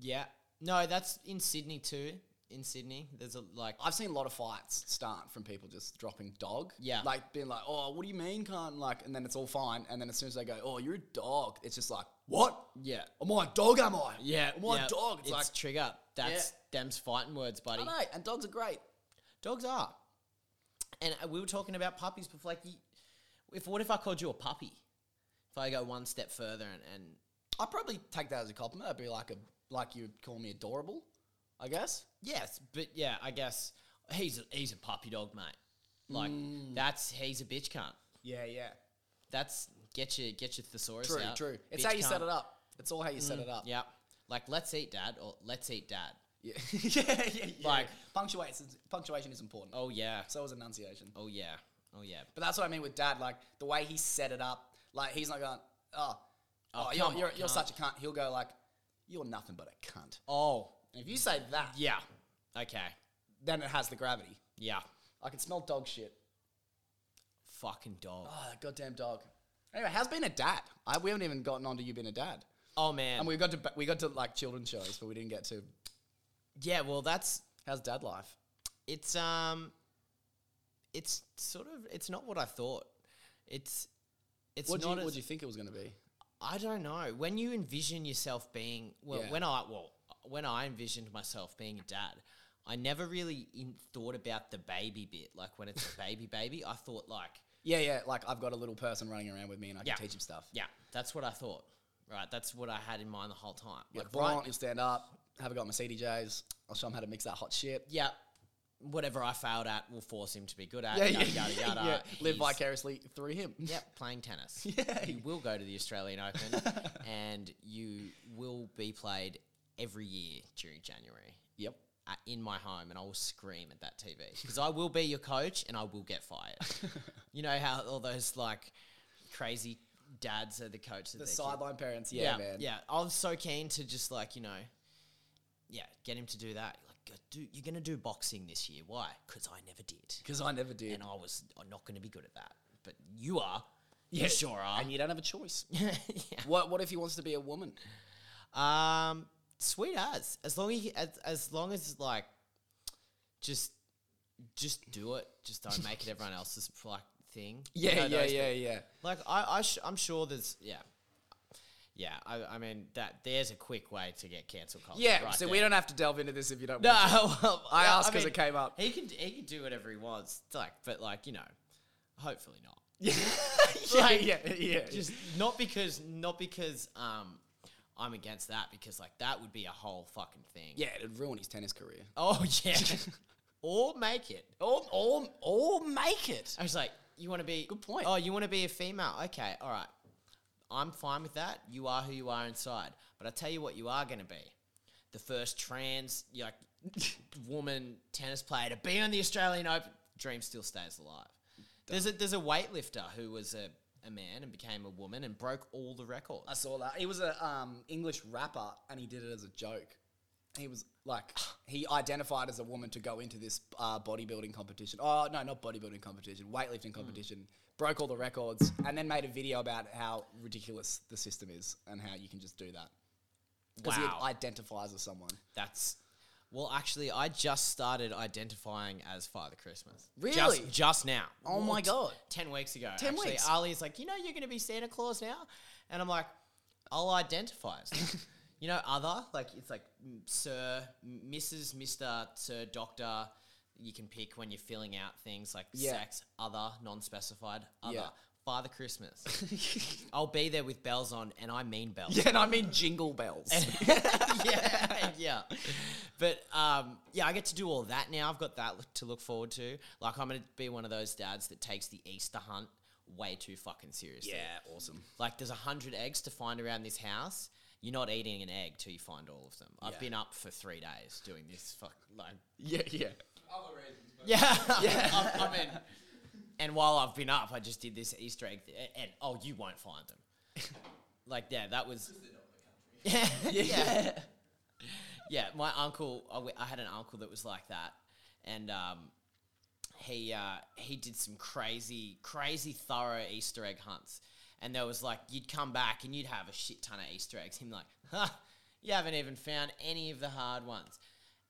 S1: yeah no that's in sydney too in sydney there's a like
S3: I've seen a lot of fights start from people just dropping dog.
S1: Yeah.
S3: Like being like, oh, what do you mean, cunt? Like, and then it's all fine. And then as soon as they go, oh, you're a dog, it's just like, what?
S1: yeah
S3: Am I a dog? Am I?
S1: Yeah,
S3: Am I
S1: yeah,
S3: a dog? It's,
S1: It's
S3: like,
S1: trigger. That's them's fighting words, buddy.
S3: I know. And dogs are great.
S1: Dogs are. And uh, we were talking about puppies before. Like, you, if what if I called you a puppy? If I go one step further and, and
S3: I'd probably take that as a compliment. That'd be like a like you would call me adorable, I guess.
S1: yes, but yeah, I guess he's a, he's a puppy dog, mate. Like
S3: Mm.
S1: that's he's a bitch cunt.
S3: Yeah, yeah.
S1: That's get your get your thesaurus
S3: True,
S1: out.
S3: true. It's
S1: Bitch
S3: how you set
S1: cunt. Mm,
S3: it up. It's all how you set it up.
S1: Yeah, like let's eat dad or let's eat dad.
S3: yeah, yeah, yeah, yeah.
S1: Like-
S3: punctuation, punctuation is important.
S1: Oh yeah,
S3: So is enunciation.
S1: oh yeah, oh yeah.
S3: But that's what I mean with dad. Like the way he set it up, like he's not going, oh, oh, you're,
S1: come on,
S3: you're, you're
S1: cunt."
S3: such a cunt. He'll go like, you're nothing but a cunt.
S1: Oh
S3: And if you say that,
S1: yeah, okay,
S3: then it has the gravity.
S1: yeah.
S3: I can smell dog shit.
S1: Fucking dog.
S3: Oh, that goddamn dog. Anyway, how's being a dad? I, we haven't even gotten onto you being a dad.
S1: Oh man.
S3: And we got to ba- we got to like children's shows, but we didn't get to
S1: yeah, well that's
S3: how's dad life.
S1: it's um it's sort of it's not what I thought. It's it's
S3: What do you,
S1: not
S3: what
S1: as,
S3: do you think it was going to be?
S1: I don't know. When you envision yourself being well
S3: Yeah.
S1: when I well when I envisioned myself being a dad, I never really in, thought about the baby bit. Like when it's a baby baby, I thought like
S3: Yeah, yeah. Like I've got a little person running around with me, and I can
S1: Yeah.
S3: teach him stuff.
S1: yeah, that's what I thought. Right, that's what I had in mind the whole time.
S3: Yeah,
S1: Like
S3: Brian,
S1: right,
S3: he'll stand up. Have a go at my CDJs. I'll show him how to mix that hot shit.
S1: yeah, whatever I failed at will force him to be good at.
S3: Yeah, yeah,
S1: yada, yada, yada. He's-
S3: Live vicariously through him.
S1: Yep, playing tennis.
S3: Yeah.
S1: You will go to the Australian Open and you will be played every year during January
S3: Yep.
S1: at, in my home and I will scream at that TV because I will be your coach and I will get fired. you know how all those like crazy dads are the coach of
S3: The
S1: their kid?
S3: sideline parents.
S1: Yeah,
S3: Yeah, man.
S1: yeah. I was so keen to just like, you know, yeah, get him to do that. Like, go do, you're going to do boxing this year. Why? Because I never did
S3: Because I never did.
S1: and I was I'm not going to be good at that. But you are. You sure are.
S3: And you don't have a choice.
S1: yeah.
S3: what What if he wants to be a woman?
S1: Um, sweet as as long as, as as long as like, just just do it. Just don't make it everyone else's like thing. You know those people.
S3: yeah.
S1: Like I, I sh- I'm sure there's yeah. Yeah, I, I mean that. There's a quick way to get cancel culture.
S3: Oh, Yeah.
S1: right
S3: so
S1: there.
S3: we don't have to delve into this if you don't.
S1: No,
S3: want
S1: well,
S3: I
S1: yeah,
S3: asked 'cause
S1: mean,
S3: it came up.
S1: He can he can do whatever he wants, like, but like you know, Hopefully not.
S3: yeah,
S1: Like,
S3: yeah, yeah.
S1: Just not because not because um I'm against that because like that would be a whole fucking thing.
S3: yeah, it'd ruin his tennis career.
S1: Oh yeah. or make it.
S3: Or, or, or make it.
S1: I was like, you want to be
S3: Good point.
S1: Oh, you want to be a female? Okay, all right. I'm fine with that. You are who you are inside. But I tell you what, you are going to be the first trans like woman tennis player to be on the Australian Open. Dream still stays alive. There's a there's a weightlifter who was a, a man and became a woman and broke all the records.
S3: I saw that. He was an um, English rapper and he did it as a joke. He was like, he identified as a woman to go into this uh, bodybuilding competition. Oh, no, not bodybuilding competition,
S1: Hmm.
S3: weightlifting competition. Broke all the records and then made a video about how ridiculous the system is and how you can just do that. Because
S1: Wow.
S3: he identifies as someone.
S1: That's well, actually, I just started identifying as Father Christmas.
S3: Really?
S1: Just, just now.
S3: Oh my
S1: Well, t-
S3: God.
S1: Ten weeks ago.
S3: 10
S1: actually.
S3: weeks.
S1: Ali's like, you know, you're going to be Santa Claus now, and I'm like, I'll identify as. that." you know, other like it's like mm, Sir, m- Mrs., Mister, Sir, Doctor. You can pick when you're filling out things like
S3: Yeah.
S1: sex, other, non-specified, other.
S3: Yeah.
S1: Father Christmas. I'll be there with bells on, and I mean bells
S3: Yeah, and I mean jingle bells.
S1: yeah, yeah. But um, yeah, I get to do all that now. I've got that look- to look forward to. Like, I'm going to be one of those dads that takes the Easter hunt way too fucking seriously.
S3: awesome.
S1: Like, there's a hundred eggs to find around this house. You're not eating an egg till you find all of them.
S3: Yeah.
S1: I've been up for three days doing this. Fuck, like,
S3: Yeah, yeah.
S2: Other reasons, but
S1: yeah, yeah. I, I mean, and while I've been up, I just did this Easter egg, th- and oh, you won't find them. like, yeah, that was
S2: it's not the country.
S1: yeah. yeah. Yeah, my uncle, I w- I had an uncle that was like that. And um, he, uh, he did some crazy, crazy thorough Easter egg hunts. And there was like, you'd come back and you'd have a shit ton of Easter eggs. Him like, huh, you haven't even found any of the hard ones.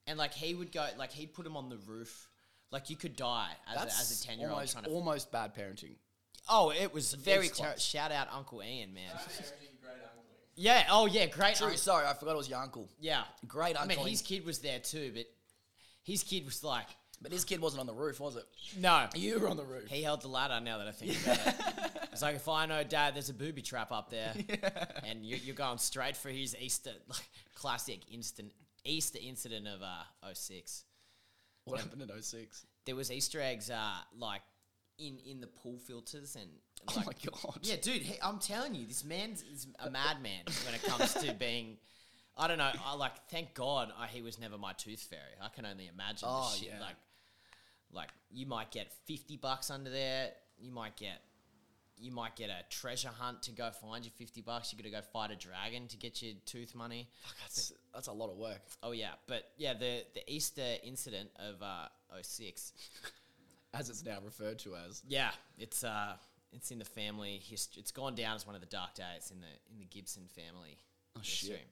S1: And like, he would go, like, he'd put them on the roof. Like, you could die as, a, as a 10 year old
S3: almost,
S1: trying to.
S3: almost bad parenting.
S1: oh, it was very
S3: close.
S1: terrible. Shout out Uncle Ian, man.
S2: That is actually great uncle.
S1: yeah, oh, yeah, great.
S3: True,
S1: uncle.
S3: sorry, I forgot it was your uncle.
S1: Yeah.
S3: Great
S1: I mean,
S3: uncle.
S1: his kid was there too, but his kid was like,
S3: but his kid wasn't on the roof, was it?
S1: no.
S3: You were on the roof.
S1: He held the ladder now that I think about it. It's like, if I know dad, there's a booby trap up there. And you, you're going straight for his Easter, like, classic instant Easter incident of uh, 06.
S3: What happened in 06?
S1: There was Easter eggs, uh, like, in, in the pool filters and,
S3: Oh
S1: like,
S3: my god.
S1: Yeah, dude, he, I'm telling you, this man's is a madman when it comes to being. I don't know. I like. Thank God I, he was never my tooth fairy. I can only imagine.
S3: Oh,
S1: the shit,
S3: yeah.
S1: Like, like you might get fifty bucks under there. You might get, you might get a treasure hunt to go find your fifty bucks. You got to go fight a dragon to get your tooth money.
S3: Fuck, that's, that's a lot of work.
S1: Oh yeah, but yeah, the the Easter incident of uh, 06.
S3: As it's now referred to as.
S1: Yeah, it's uh, it's in the family history. It's gone down as one of the dark days in the in the Gibson family.
S3: Oh, shit.
S1: history.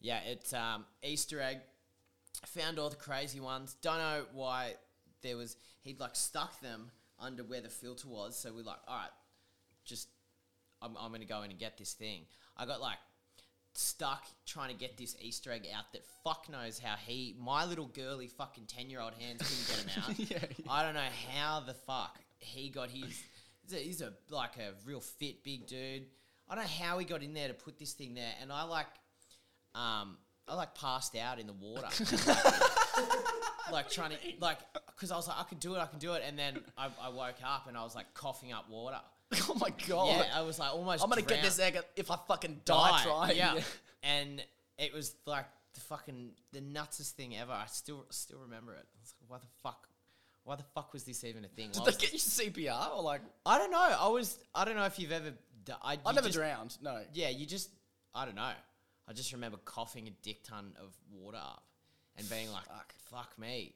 S1: Yeah, it's um, Easter egg. Found all the crazy ones. Don't know why there was. He'd like stuck them under where the filter was. So we're like, all right, just I'm, I'm gonna go in and get this thing. I got like stuck trying to get this Easter egg out that fuck knows how he, my little girly fucking 10 year old hands couldn't get him out.
S3: Yeah, yeah.
S1: I don't know how the fuck he got his. He's a, he's a like a real fit big dude. I don't know how he got in there to put this thing there, and I like, um, I like passed out in the water, like trying to like because I was like I can do it, I can do it, and then I, I woke up and I was like coughing up water.
S3: oh my god.
S1: Yeah, I was like almost.
S3: I'm gonna get
S1: drowned
S3: this egg if I fucking die, trying.
S1: yeah. And it was like the fucking the nutsest thing ever. I still still remember it. I was like, why the fuck? Why the fuck was this even a thing? Why
S3: Did
S1: was
S3: they get you CPR or like?
S1: I don't know. I was. I don't know if you've ever. d- I
S3: I
S1: you
S3: never
S1: just-
S3: drowned. No.
S1: Yeah, you just. I don't know. I just remember coughing a dick ton of water up and being like, fuck,
S3: Fuck.
S1: me.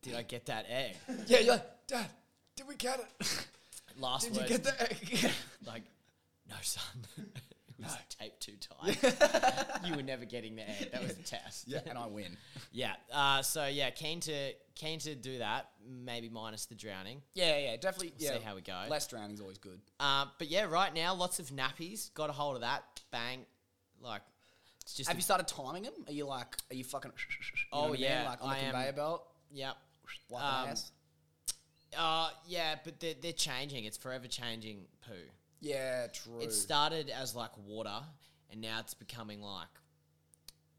S1: Did I get that egg?
S3: Yeah, you're like, Dad, did we get it?
S1: Last
S3: did you
S1: words,
S3: get the egg?
S1: like, no, son. it was taped too tight. you were never getting the egg. That was the test.
S3: yeah, and I win.
S1: Yeah. Uh, so yeah, keen to keen to do that. Maybe minus the drowning.
S3: Yeah, yeah, definitely.
S1: We'll
S3: yeah,
S1: see how we go.
S3: Less drowning's always good.
S1: Uh, but yeah, right now lots of nappies. Got a hold of that. Bang. Like it's just.
S3: Have you started timing them? Are you like, are you fucking? you know
S1: Oh,
S3: what I mean?
S1: yeah,
S3: like on the
S1: I am-
S3: conveyor belt,
S1: yep.
S3: wiping
S1: Um,
S3: ass.
S1: Uh, yeah, but they're, they're changing. It's forever changing poo.
S3: Yeah, true.
S1: It started as like water, and now it's becoming like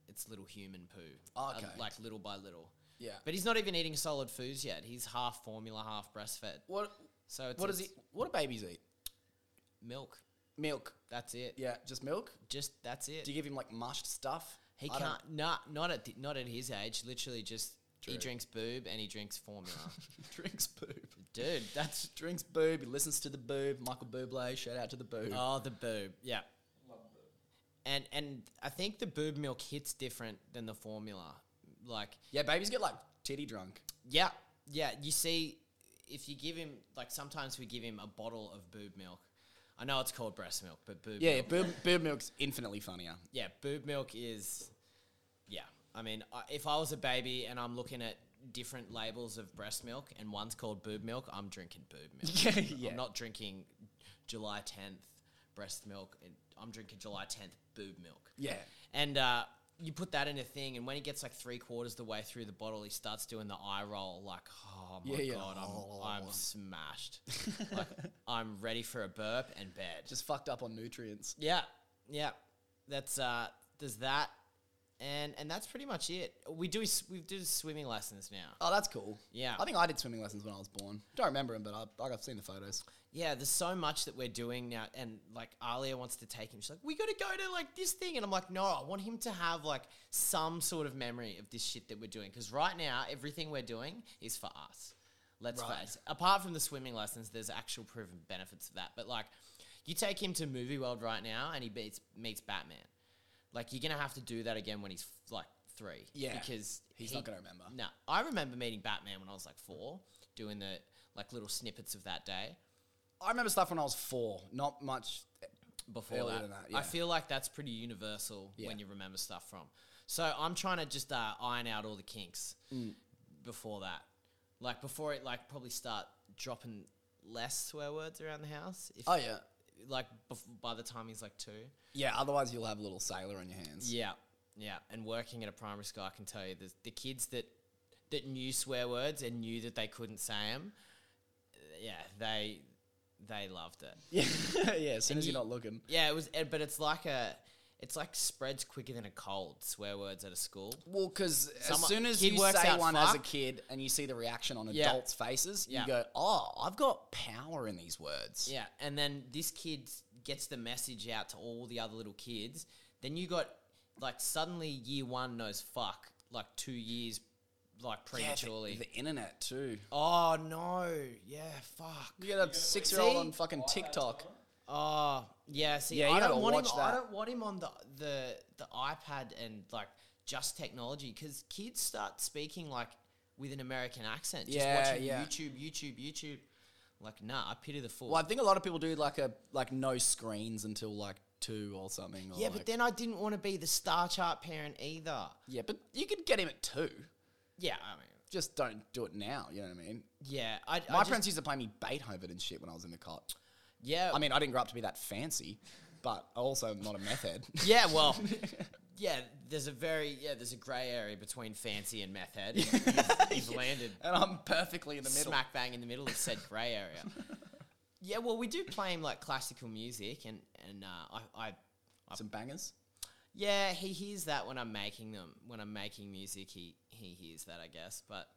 S1: it's little human poo. uh,
S3: Oh, Okay.
S1: like little by little.
S3: yeah.
S1: But he's not even eating solid foods yet. He's half formula, half breastfed.
S3: What
S1: So it's,
S3: what does he
S1: it's
S3: what do babies eat?
S1: Milk.
S3: Milk.
S1: That's it.
S3: Yeah, just milk?
S1: Just that's it.
S3: Do you give him like mushed stuff?
S1: He
S3: I don't-
S1: can't. Not not at the, not at his age. Literally, just he
S3: True.
S1: drinks boob and he drinks formula.
S3: drinks boob.
S1: Dude, that's
S3: Drinks boob, he listens to the boob, Michael Bublé, shout out to the boob.
S1: oh the boob. Yeah. And and I think the boob milk hits different than the formula. Like
S3: Yeah, babies get like titty drunk.
S1: yeah yeah. You see, if you give him like sometimes we give him a bottle of boob milk. I know it's called breast milk, but boob
S3: Yeah,
S1: milk.
S3: boob, boob milk's infinitely funnier.
S1: yeah, boob milk is, yeah. I mean, I, if I was a baby and I'm looking at different labels of breast milk and one's called boob milk, I'm drinking boob milk.
S3: Yeah, yeah.
S1: I'm not drinking July 10th breast milk. and I'm drinking July 10th boob milk.
S3: Yeah.
S1: And uh, you put that in a thing, and when he gets like three quarters the way through the bottle, he starts doing the eye roll, like, oh my
S3: Yeah, Oh. yeah.
S1: God, I'm, I'm smashed. like, I'm ready for a burp and bed.
S3: Just fucked up on nutrients.
S1: Yeah, yeah. That's uh, there's that, and and that's pretty much it. We do s- we do swimming lessons now.
S3: Oh, that's cool.
S1: Yeah.
S3: I think I did swimming lessons when I was born. Don't remember them, but I, I've seen the photos.
S1: Yeah, there's so much that we're doing now, and like Alia wants to take him. She's like, "We got to go to like this thing," and I'm like, "No, I want him to have like some sort of memory of this shit that we're doing because right now everything we're doing is for us. Let's
S3: Right.
S1: face. Apart from the swimming lessons, there's actual proven benefits of that. But like, you take him to Movie World right now, and he beats meets Batman. Like, you're gonna have to do that again when he's like three.
S3: Yeah.
S1: because
S3: He's
S1: he-
S3: not going to remember.
S1: no, I remember meeting Batman when I was like four, doing the like little snippets of that day.
S3: I remember stuff when I was four. Not much.
S1: before
S3: Earlier
S1: that.
S3: than that,
S1: I
S3: yeah.
S1: feel like that's pretty universal
S3: Yeah.
S1: when you remember stuff from. So I'm trying to just uh, iron out all the kinks
S3: Mm.
S1: before that. Like before it, like probably start dropping less swear words around the house. If
S3: Oh, yeah.
S1: Like bef- by the time he's like two.
S3: Yeah, otherwise you'll have a little sailor on your hands.
S1: Yeah, yeah. And working at a primary school, I can tell you the the kids that that knew swear words and knew that they couldn't say them. Yeah, they they loved it.
S3: Yeah, yeah as soon
S1: And
S3: as
S1: you-
S3: you're not looking.
S1: Yeah, it was, eh, but it's like a, it's like spreads quicker than a cold. Swear words at a school.
S3: Well, because as
S1: Someone-
S3: soon as
S1: kid
S3: you
S1: works
S3: say
S1: out
S3: one as a
S1: fuck.
S3: kid and you see the reaction on
S1: Yeah.
S3: adults' faces,
S1: Yeah.
S3: you go, oh, I've got power in these words.
S1: Yeah, and then this kid gets the message out to all the other little kids. Then you got like suddenly year one knows fuck like two years like
S3: Yeah, the-
S1: prematurely.
S3: the, internet, too.
S1: oh no! Yeah, fuck.
S3: You got a six year old
S1: See?
S3: on fucking TikTok.
S1: Oh yeah, see,
S3: Yeah, you
S1: I
S3: gotta
S1: don't want him.
S3: watch
S1: I
S3: that.
S1: don't want him on the the the iPad and like just technology because kids start speaking like with an American accent. Just
S3: Yeah,
S1: watching
S3: yeah.
S1: YouTube, YouTube, YouTube. Like, nah, I pity the fool.
S3: Well, I think a lot of people do like a like no screens until like two or something. Or
S1: yeah,
S3: like-
S1: but then I didn't want to be the star chart parent either.
S3: yeah, but you could get him at two.
S1: Yeah, I mean,
S3: Just don't do it now. You know what I mean?
S1: yeah, I, I
S3: My
S1: just-
S3: parents used to play me Beethoven and shit when I was in the cot.
S1: yeah,
S3: I mean, I didn't grow up to be that fancy, but also not a meth head.
S1: yeah, well, yeah. There's a very yeah, there's a grey area between fancy and meth head. You've- you've landed
S3: and I'm perfectly in the middle.
S1: smack bang in the middle of said grey area. yeah, well, we do play him like classical music, and and uh, I, I,
S3: Some bangers.
S1: yeah, he hears that when I'm making them. When I'm making music, he he hears that, I guess. But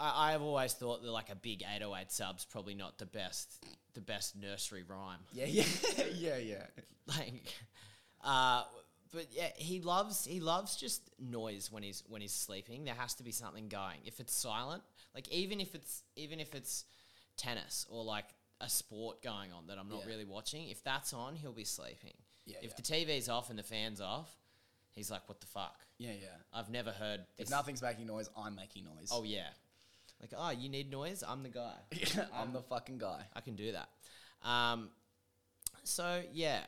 S1: I, I've always thought that like a big 808 sub's probably not the best the best nursery rhyme.
S3: Yeah, yeah, yeah, yeah.
S1: Like, uh. But yeah, he loves he loves just noise when he's when he's sleeping. There has to be something going. If it's silent, like even if it's even if it's tennis or like a sport going on that I'm not
S3: Yeah.
S1: really watching, if that's on, he'll be sleeping.
S3: Yeah,
S1: if
S3: yeah.
S1: the TV's off and the fan's off, he's like, "What the fuck?
S3: Yeah, yeah.
S1: I've never heard
S3: If
S1: this."
S3: nothing's making noise, I'm making noise.
S1: Oh yeah, like oh, you need noise? I'm the guy.
S3: I'm the fucking guy.
S1: I can do that. Um, so yeah,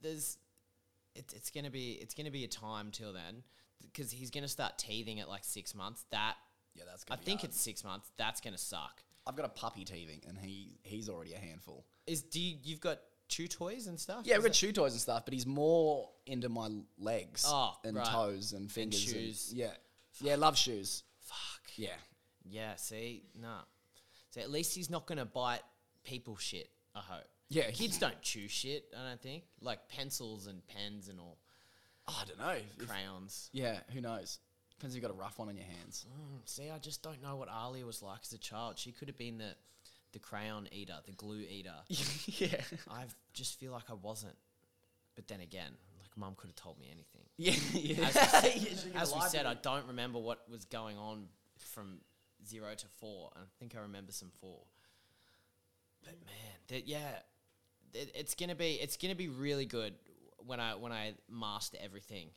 S1: there's it, it's gonna be it's gonna be a time till then because he's gonna start teething at like six months. That
S3: Yeah, that's
S1: I
S3: gonna be
S1: think
S3: hard.
S1: it's six months. That's gonna suck.
S3: I've got a puppy teething, and he he's already a handful.
S1: Is do you, you've got chew toys and stuff?
S3: Yeah,
S1: Is
S3: we've got
S1: that-
S3: shoe toys and stuff, but he's more into my legs
S1: Oh,
S3: and
S1: right.
S3: toes and fingers.
S1: shoes.
S3: yeah, yeah, love shoes.
S1: fuck.
S3: Yeah,
S1: Yeah, see, nah. So at least he's not going to bite people shit, I hope.
S3: Yeah.
S1: Kids don't chew shit, I don't think. Like pencils and pens and all,
S3: oh, I don't know. If-
S1: crayons.
S3: yeah, who knows? Depends if you've got a rough one on your hands.
S1: Mm, see, I just don't know what Alia was like as a child. She could have been the, the crayon eater, the glue eater.
S3: yeah.
S1: I just feel like I wasn't. But then again, like mum could have told me anything.
S3: Yeah. yeah.
S1: As we said,
S3: Yeah, she could
S1: as we
S3: lie to
S1: said
S3: me.
S1: I don't remember what was going on from zero to four. I think I remember some four. But man, that yeah, it, it's gonna be it's gonna be really good when I when I master everything,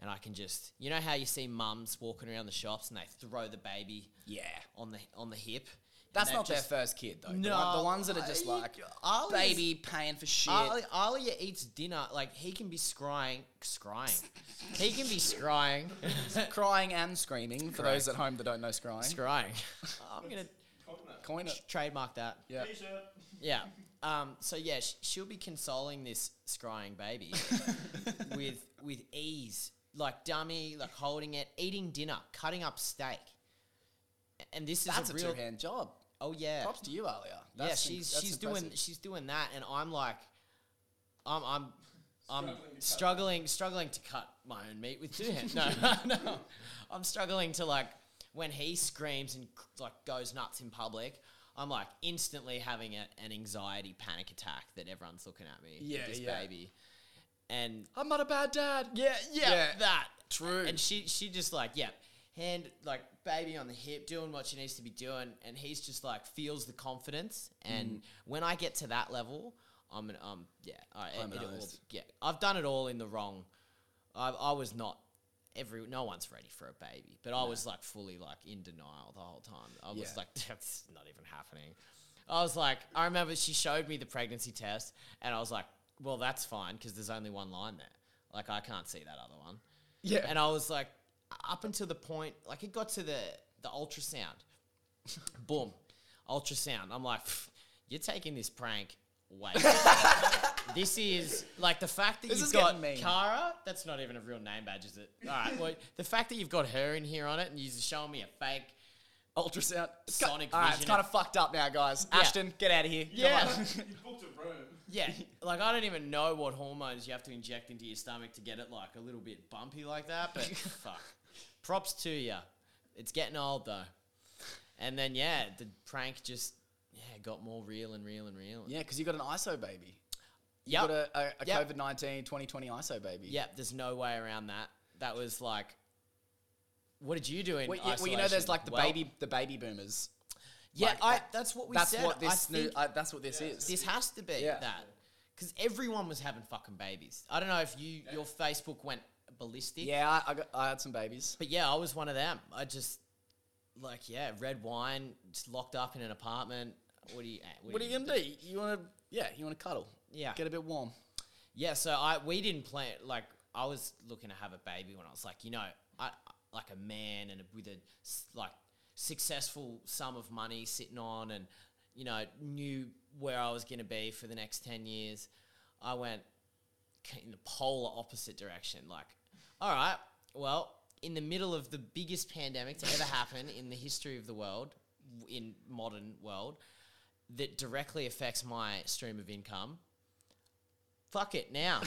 S1: and I can just you know how you see mums walking around the shops and they throw the baby
S3: Yeah.
S1: on the on the hip. and
S3: That's
S1: they've
S3: not their
S1: just-
S3: first kid though. the,
S1: No,
S3: one- the ones that are just
S1: I-
S3: like
S1: I'll just-
S3: baby paying for shit.
S1: Ali, Alia eats dinner like he can be scrying, scrying. he can be scrying,
S3: crying and screaming for
S1: Correct.
S3: those at home that don't know scrying.
S1: scrying. I'm gonna
S2: Corner.
S3: Coin it.
S1: trademark that.
S3: Yeah.
S2: T-shirt.
S1: Yeah. Um, so yeah, sh- she'll be consoling this scrying baby with with ease, like dummy, like holding it, eating dinner, cutting up steak. A- And this is
S3: That's a,
S1: a, real.
S3: two hand job.
S1: oh yeah.
S3: Props to you, Alia.
S1: yeah,
S3: That's
S1: she's
S3: inc- that's
S1: she's
S3: impressive.
S1: doing she's doing that, and I'm like, I'm I'm I'm
S2: Struggling to cut.
S1: struggling struggling to cut my own meat with two hands. No, no, I'm struggling to like when he screams and like goes nuts in public. I'm like instantly having a, an anxiety panic attack that everyone's looking at me. with
S3: Yeah,
S1: this
S3: yeah.
S1: baby, and
S3: I'm not a bad dad.
S1: yeah, yeah,
S3: Yeah.
S1: that.
S3: True.
S1: And she she just like, yeah, hand like baby on the hip, doing what she needs to be doing, and he's just like feels the confidence. And when I get to that level, I'm an, um yeah, I, it,
S3: I'm an
S1: it'll all,
S3: artist.
S1: yeah, I've done it all in the wrong. I I was not. Every no one's ready for a baby, but I was like fully like in denial the whole time. I was
S3: Yeah.
S1: like, that's not even happening. I was like, I remember she showed me the pregnancy test, and I was like, well, that's fine because there's only one line there. Like I can't see that other one.
S3: yeah.
S1: And I was like, up until the point, like it got to the the ultrasound, boom, ultrasound. I'm like, "Pff, you're taking this prank way. too far." this is like the fact that
S3: This
S1: you've
S3: is
S1: got
S3: getting mean.
S1: Kara. That's not even a real name badge, is it? All right. Well, the fact that you've got her in here on it, and you're showing me a fake.
S3: ultrasound. It's
S1: Sonic
S3: All right, it's
S1: vision.
S3: kind of fucked up now, guys.
S1: Yeah.
S3: Ashton, get out of here. Come
S1: Yeah.
S3: on.
S2: You booked a room.
S1: Yeah, like I don't even know what hormones you have to inject into your stomach to get it like a little bit bumpy like that. But fuck, props to you. It's getting old though. And then yeah, the prank just yeah got more real and real and real.
S3: yeah, because you got an ISO baby. You
S1: yep,
S3: got a, a, a
S1: Yep.
S3: COVID 19 2020 ISO baby.
S1: yep. There's no way around that. That was like, what did you do in
S3: Well, you, well, you know, there's
S1: isolation?
S3: like the
S1: Well,
S3: baby, the baby boomers.
S1: Yeah,
S3: like,
S1: I,
S3: that-
S1: that's what we
S3: that's
S1: said.
S3: what
S1: I
S3: this new.
S1: think
S3: I, that's what this
S2: Yeah.
S3: is.
S1: This has to be
S3: Yeah.
S1: that. Because everyone was having fucking babies. I don't know if you your Facebook went ballistic.
S3: yeah, I, I, got, I had some babies.
S1: But yeah, I was one of them. I just like yeah, red wine, just locked up in an apartment. What do you? eh,
S3: What are you gonna do? You want to? Yeah, you want to cuddle?
S1: Yeah,
S3: Get a bit warm.
S1: yeah. So I we didn't plan like I was looking to have a baby when I was like you know I like a man and with a s- like successful sum of money sitting on and you know knew where I was gonna be for the next ten years. I went c- in the polar opposite direction. Like, all right, well, in the middle of the biggest pandemic to ever happen in the history of the world, w- in modern world, that directly affects my stream of income. Fuck it now.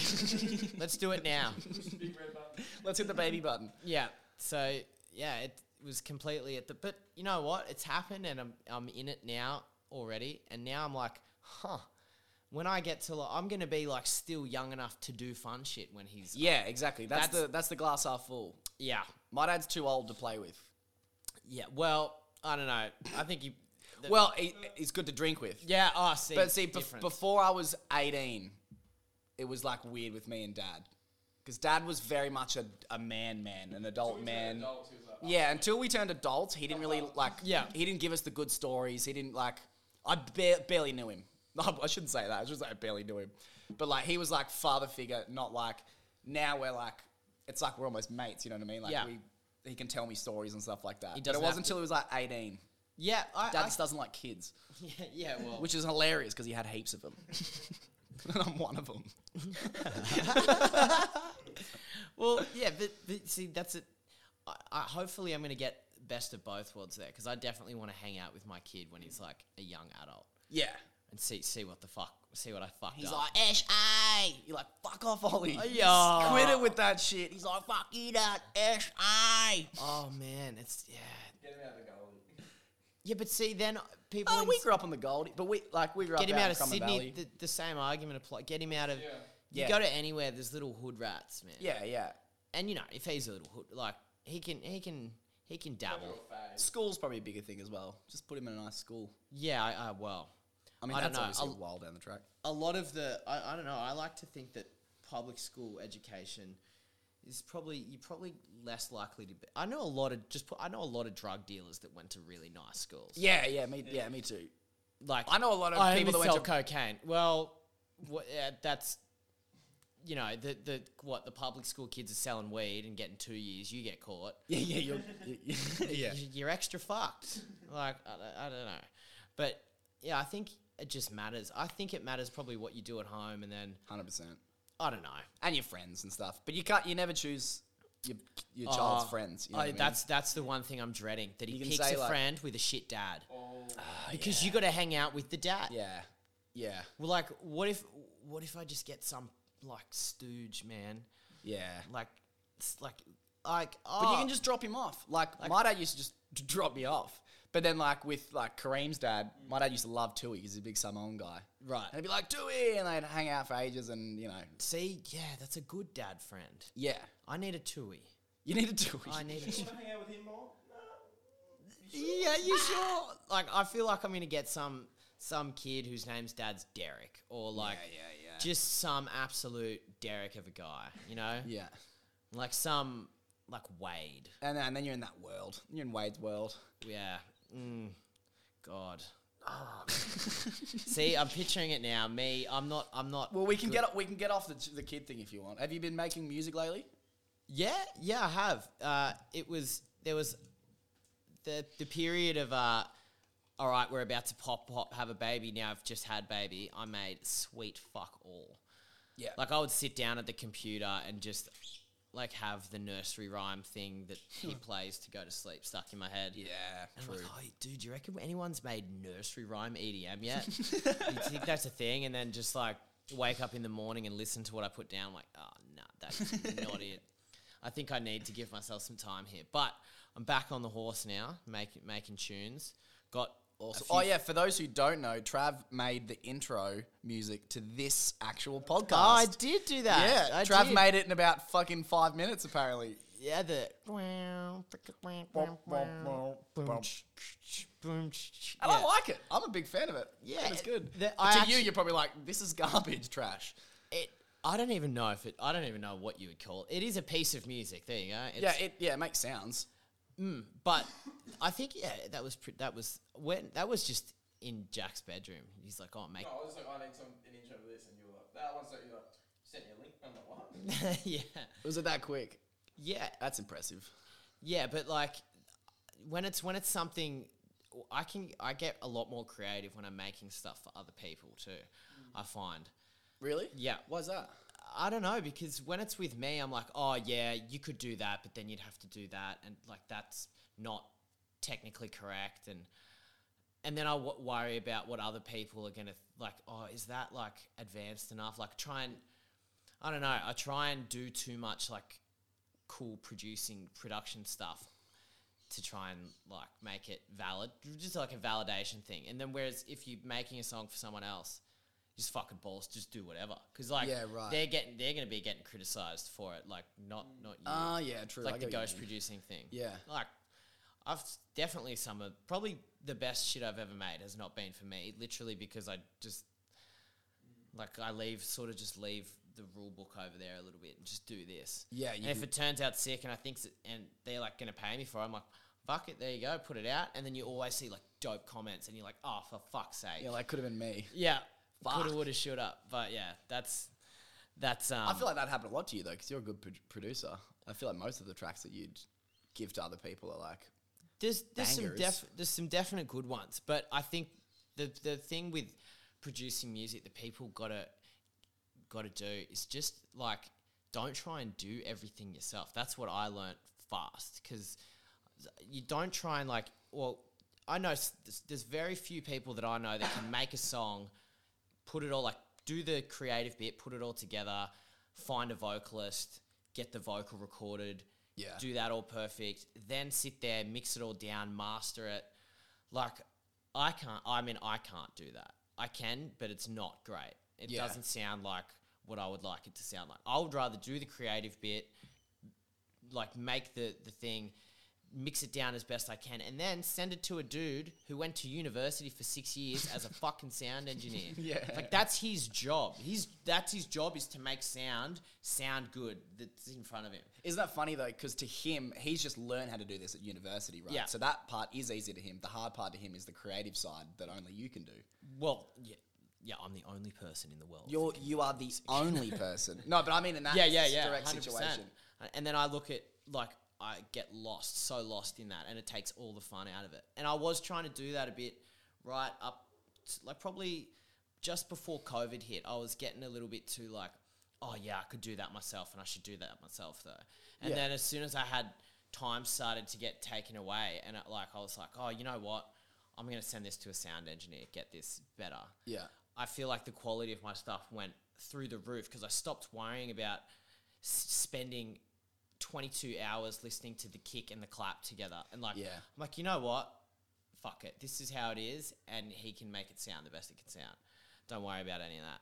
S1: Let's do it now.
S2: Big red button.
S3: Let's hit the baby button.
S1: Yeah. So yeah, it was completely at the. But you know what? It's happened, and I'm I'm in it now already. And now I'm like, huh. When I get to, like, I'm gonna be like still young enough to do fun shit when he's
S3: Yeah, exactly. That's,
S1: That's-
S3: the that's the glass half full.
S1: Yeah.
S3: My dad's too old to play with.
S1: Yeah. Well, I don't know. I think you. the-
S3: Well, he, he's good to drink with.
S1: yeah. Oh, see.
S3: But see, bef-
S1: difference.
S3: before I was 18, it was like weird with me and dad. Because dad was very much a, a man, man, an adult man.
S2: Adults, he was like,
S3: Yeah, until we turned adults, he didn't really like.
S1: Yeah.
S3: He didn't give us the good stories. He didn't like. I ba- barely knew him. I shouldn't say that. I should say I barely knew him. But like, he was like father figure, not like. Now we're like, it's like we're almost mates. You know what I mean? Like
S1: Yeah.
S3: we, he can tell me stories and stuff like that. But it
S1: doesn't
S3: wasn't
S1: have to-
S3: until he was like 18.
S1: yeah. I,
S3: Dad
S1: I-
S3: just doesn't like kids,
S1: yeah. Yeah. Well.
S3: which is hilarious because he had heaps of them, and I'm one of them.
S1: well. Yeah. But, but see, that's it. I, I, hopefully, I'm gonna get best of both worlds there because I definitely want to hang out with my kid when he's like a young adult
S3: Yeah.
S1: and see see what the fuck see what I fucked
S3: He's
S1: up.
S3: like, Ash, A. You're like, fuck off, Ollie.
S1: yeah.
S3: Quit it with that shit. He's like, fuck you, that Ash, A.
S1: oh man, it's yeah.
S2: Get him out of the goal.
S1: Yeah, but see, then people
S3: Oh,
S1: in
S3: we
S1: S-
S3: grew up on the Gold, but we like we grew
S1: get
S3: up
S1: him
S3: out,
S1: out
S3: in
S1: of
S3: Crumman
S1: Sydney.
S3: Valley.
S1: The, the same argument applies. Get him out of.
S2: Yeah.
S1: You
S3: Yeah.
S1: go to anywhere, there's little hood rats, man.
S3: yeah, yeah.
S1: and you know if he's a little hood, like he can he can he can dabble.
S2: Little fade.
S3: School's probably a bigger thing as well. Just put him in a nice school.
S1: Yeah, I, I well,
S3: I mean,
S1: I don't
S3: that's
S1: know.
S3: obviously
S1: I'll-
S3: a while down the track.
S1: a lot of the I, I don't know. I like to think that public school education is probably you're probably less likely to. be I know a lot of just put, I know a lot of drug dealers that went to really nice schools.
S3: Yeah, yeah, me, yeah, me too.
S1: like
S3: I know a lot of
S1: I
S3: people that
S1: only
S3: went
S1: sell
S3: to-
S1: cocaine. Well, wha uh, that's you know the the what the public school kids are selling weed and getting two years. You get caught.
S3: Yeah, yeah, you're, you yeah.
S1: y- you're extra fucked. like I, don't- I don't know, but yeah, I think it just matters. I think it matters probably what you do at home, and then
S3: Hundred percent.
S1: I don't know.
S3: And your friends and stuff, but you can't. You never choose your your child's
S1: Oh,
S3: friends. You know
S1: I-
S3: what I mean?
S1: That's that's the one thing I'm dreading that he
S3: You can
S1: picks
S3: say,
S1: a
S3: like-
S1: friend with a shit dad
S2: Oh,
S1: because you got to hang out with the dad.
S3: Ah, yeah, yeah,
S1: Well, like what if what if I just get some like stooge man
S3: yeah.
S1: like s- like like oh
S3: But you can just drop him off. Ah. Like, my dad used to just d- drop me off. But then like with like Kareem's dad, my dad used to love Tui because he's a big Samoan guy.
S1: right.
S3: And he'd be like Tui, and they'd hang out for ages, and you know,
S1: See, yeah, that's a good dad friend.
S3: yeah,
S1: I need a Tui.
S3: you need a Tui.
S1: I need a
S2: you want to hang out with him more?
S1: Yeah, you sure? Like, I feel like I'm gonna get some some kid whose name's dad's Derek, or like
S3: yeah, yeah, yeah.
S1: just some absolute Derek of a guy, you know?
S3: yeah.
S1: Like some like Wade.
S3: And then, and then you're in that world. You're in Wade's world.
S1: Yeah. Mm. God.
S3: Oh.
S1: See, I'm picturing it now. Me, I'm not. I'm not.
S3: Well, we can
S1: good-
S3: get we can get off the, the kid thing if you want. Have you been making music lately?
S1: Yeah, yeah, I have. Uh, it was there was the the period of uh, all right, we're about to pop pop have a baby. Now I've just had baby. I made sweet fuck all.
S3: Yeah.
S1: Like I would sit down at the computer and just like have the nursery rhyme thing that he plays to go to sleep stuck in my head.
S3: yeah,
S1: And I'm
S3: true.
S1: like, oh, dude, do you reckon anyone's made nursery rhyme EDM yet? you think that's a thing? And then just like wake up in the morning and listen to what I put down. Like, oh, no, that's not it. I think I need to give myself some time here. But I'm back on the horse now, making making tunes. Got also.
S3: Oh yeah, for those who don't know, Trav made the intro music to this actual podcast.
S1: I did do that.
S3: yeah,
S1: I
S3: Trav
S1: did.
S3: made it in about fucking five minutes apparently.
S1: Yeah, the.
S3: And I like it. I'm a big fan of it.
S1: Yeah,
S3: Yeah, it's good.
S1: the-
S3: But
S1: I
S3: to you,
S1: actu-
S3: you're probably like, this is garbage trash.
S1: it. I don't even know if it. I don't even know what you would call it. It is a piece of music. There you go. It's,
S3: yeah, it yeah it makes sounds.
S1: Mm, But I think yeah, that was pre- that was when that was just in Jack's bedroom. He's like, "Oh, mate,
S2: No, I was like, I need some an intro to this, and you were like, that one's like, you're like, send me a link. I'm like, what?
S1: yeah,
S3: Was it that quick?
S1: yeah, uh,
S3: That's impressive.
S1: yeah." But like when it's when it's something, I can I get a lot more creative when I'm making stuff for other people too. I find,
S3: Really?
S1: yeah,
S3: Why's that?
S1: I don't know because when it's with me, I'm like, oh yeah, you could do that, but then you'd have to do that, and like that's not technically correct, and and then I w- worry about what other people are gonna th- like. Oh, is that like advanced enough? Like try and I don't know. I try and do too much like cool producing production stuff to try and like make it valid, just like a validation thing. And then whereas if you're making a song for someone else, just fucking balls, just do whatever. Because like
S3: Yeah, right.
S1: they're getting they're gonna be getting criticized for it. Like not not you.
S3: Ah, yeah, true.
S1: It's like
S3: I
S1: the
S3: get what you
S1: ghost
S3: mean.
S1: producing thing.
S3: Yeah.
S1: Like, I've s- definitely some of probably the best shit I've ever made has not been for me, literally because I just like I leave sort of just leave the rule book over there a little bit and just do this.
S3: Yeah,
S1: And
S3: you
S1: if
S3: do-
S1: it turns out sick and I think s- and they're like gonna pay me for it, I'm like. Fuck it, there you go, put it out, and then you always see like dope comments, and you're like, oh, for fuck's sake,
S3: Yeah, like could have been me.
S1: yeah,
S3: Fuck.
S1: coulda, woulda, shoulda, but yeah, that's that's um,
S3: I feel like that happened a lot to you though, because you're a good pro- producer. I feel like most of the tracks that you'd give to other people are like,
S1: there's there's some
S3: bangers.
S1: def- there's some definite good ones, but I think the the thing with producing music that people gotta gotta do is just like don't try and do everything yourself. That's what I learnt fast because you don't try and like. Well, I know s- there's- there's very few people that I know that can make a song, put it all like do the creative bit, put it all together, find a vocalist, get the vocal recorded,
S3: Yeah.
S1: do that all perfect, then sit there, mix it all down, master it. Like I can't. I mean, I can't do that. I can, but it's not great. It
S3: Yeah.
S1: doesn't sound like what I would like it to sound like. I would rather do the creative bit, like make the, the thing, mix it down as best I can, and then send it to a dude who went to university for six years as a fucking sound engineer.
S3: Yeah.
S1: Like that's his job. He's that's his job is to make sound sound good that's in front of him.
S3: Isn't that funny though? Because to him, he's just learned how to do this at university, right?
S1: Yeah.
S3: So that part is easy to him. The hard part to him is the creative side that only you can do.
S1: Well, yeah, yeah, I'm the only person in the world.
S3: You're you are the only person. No, but I mean in that
S1: yeah, yeah, yeah,
S3: direct
S1: 100%.
S3: situation.
S1: A- And then I look at like I get lost, so lost in that, and it takes all the fun out of it. And I was trying to do that a bit right up, t- like probably just before COVID hit. I was getting a little bit too like, oh yeah, I could do that myself, and I should do that myself though. And
S3: Yeah.
S1: then as soon as I had time started to get taken away, and it, like I was like, oh, you know what? I'm gonna send this to a sound engineer, get this better.
S3: Yeah.
S1: I feel like the quality of my stuff went through the roof because I stopped worrying about s- spending 22 hours listening to the kick and the clap together. And like,
S3: Yeah.
S1: I'm like, you know what? Fuck it. This is how it is. And he can make it sound the best it can sound. Don't worry about any of that.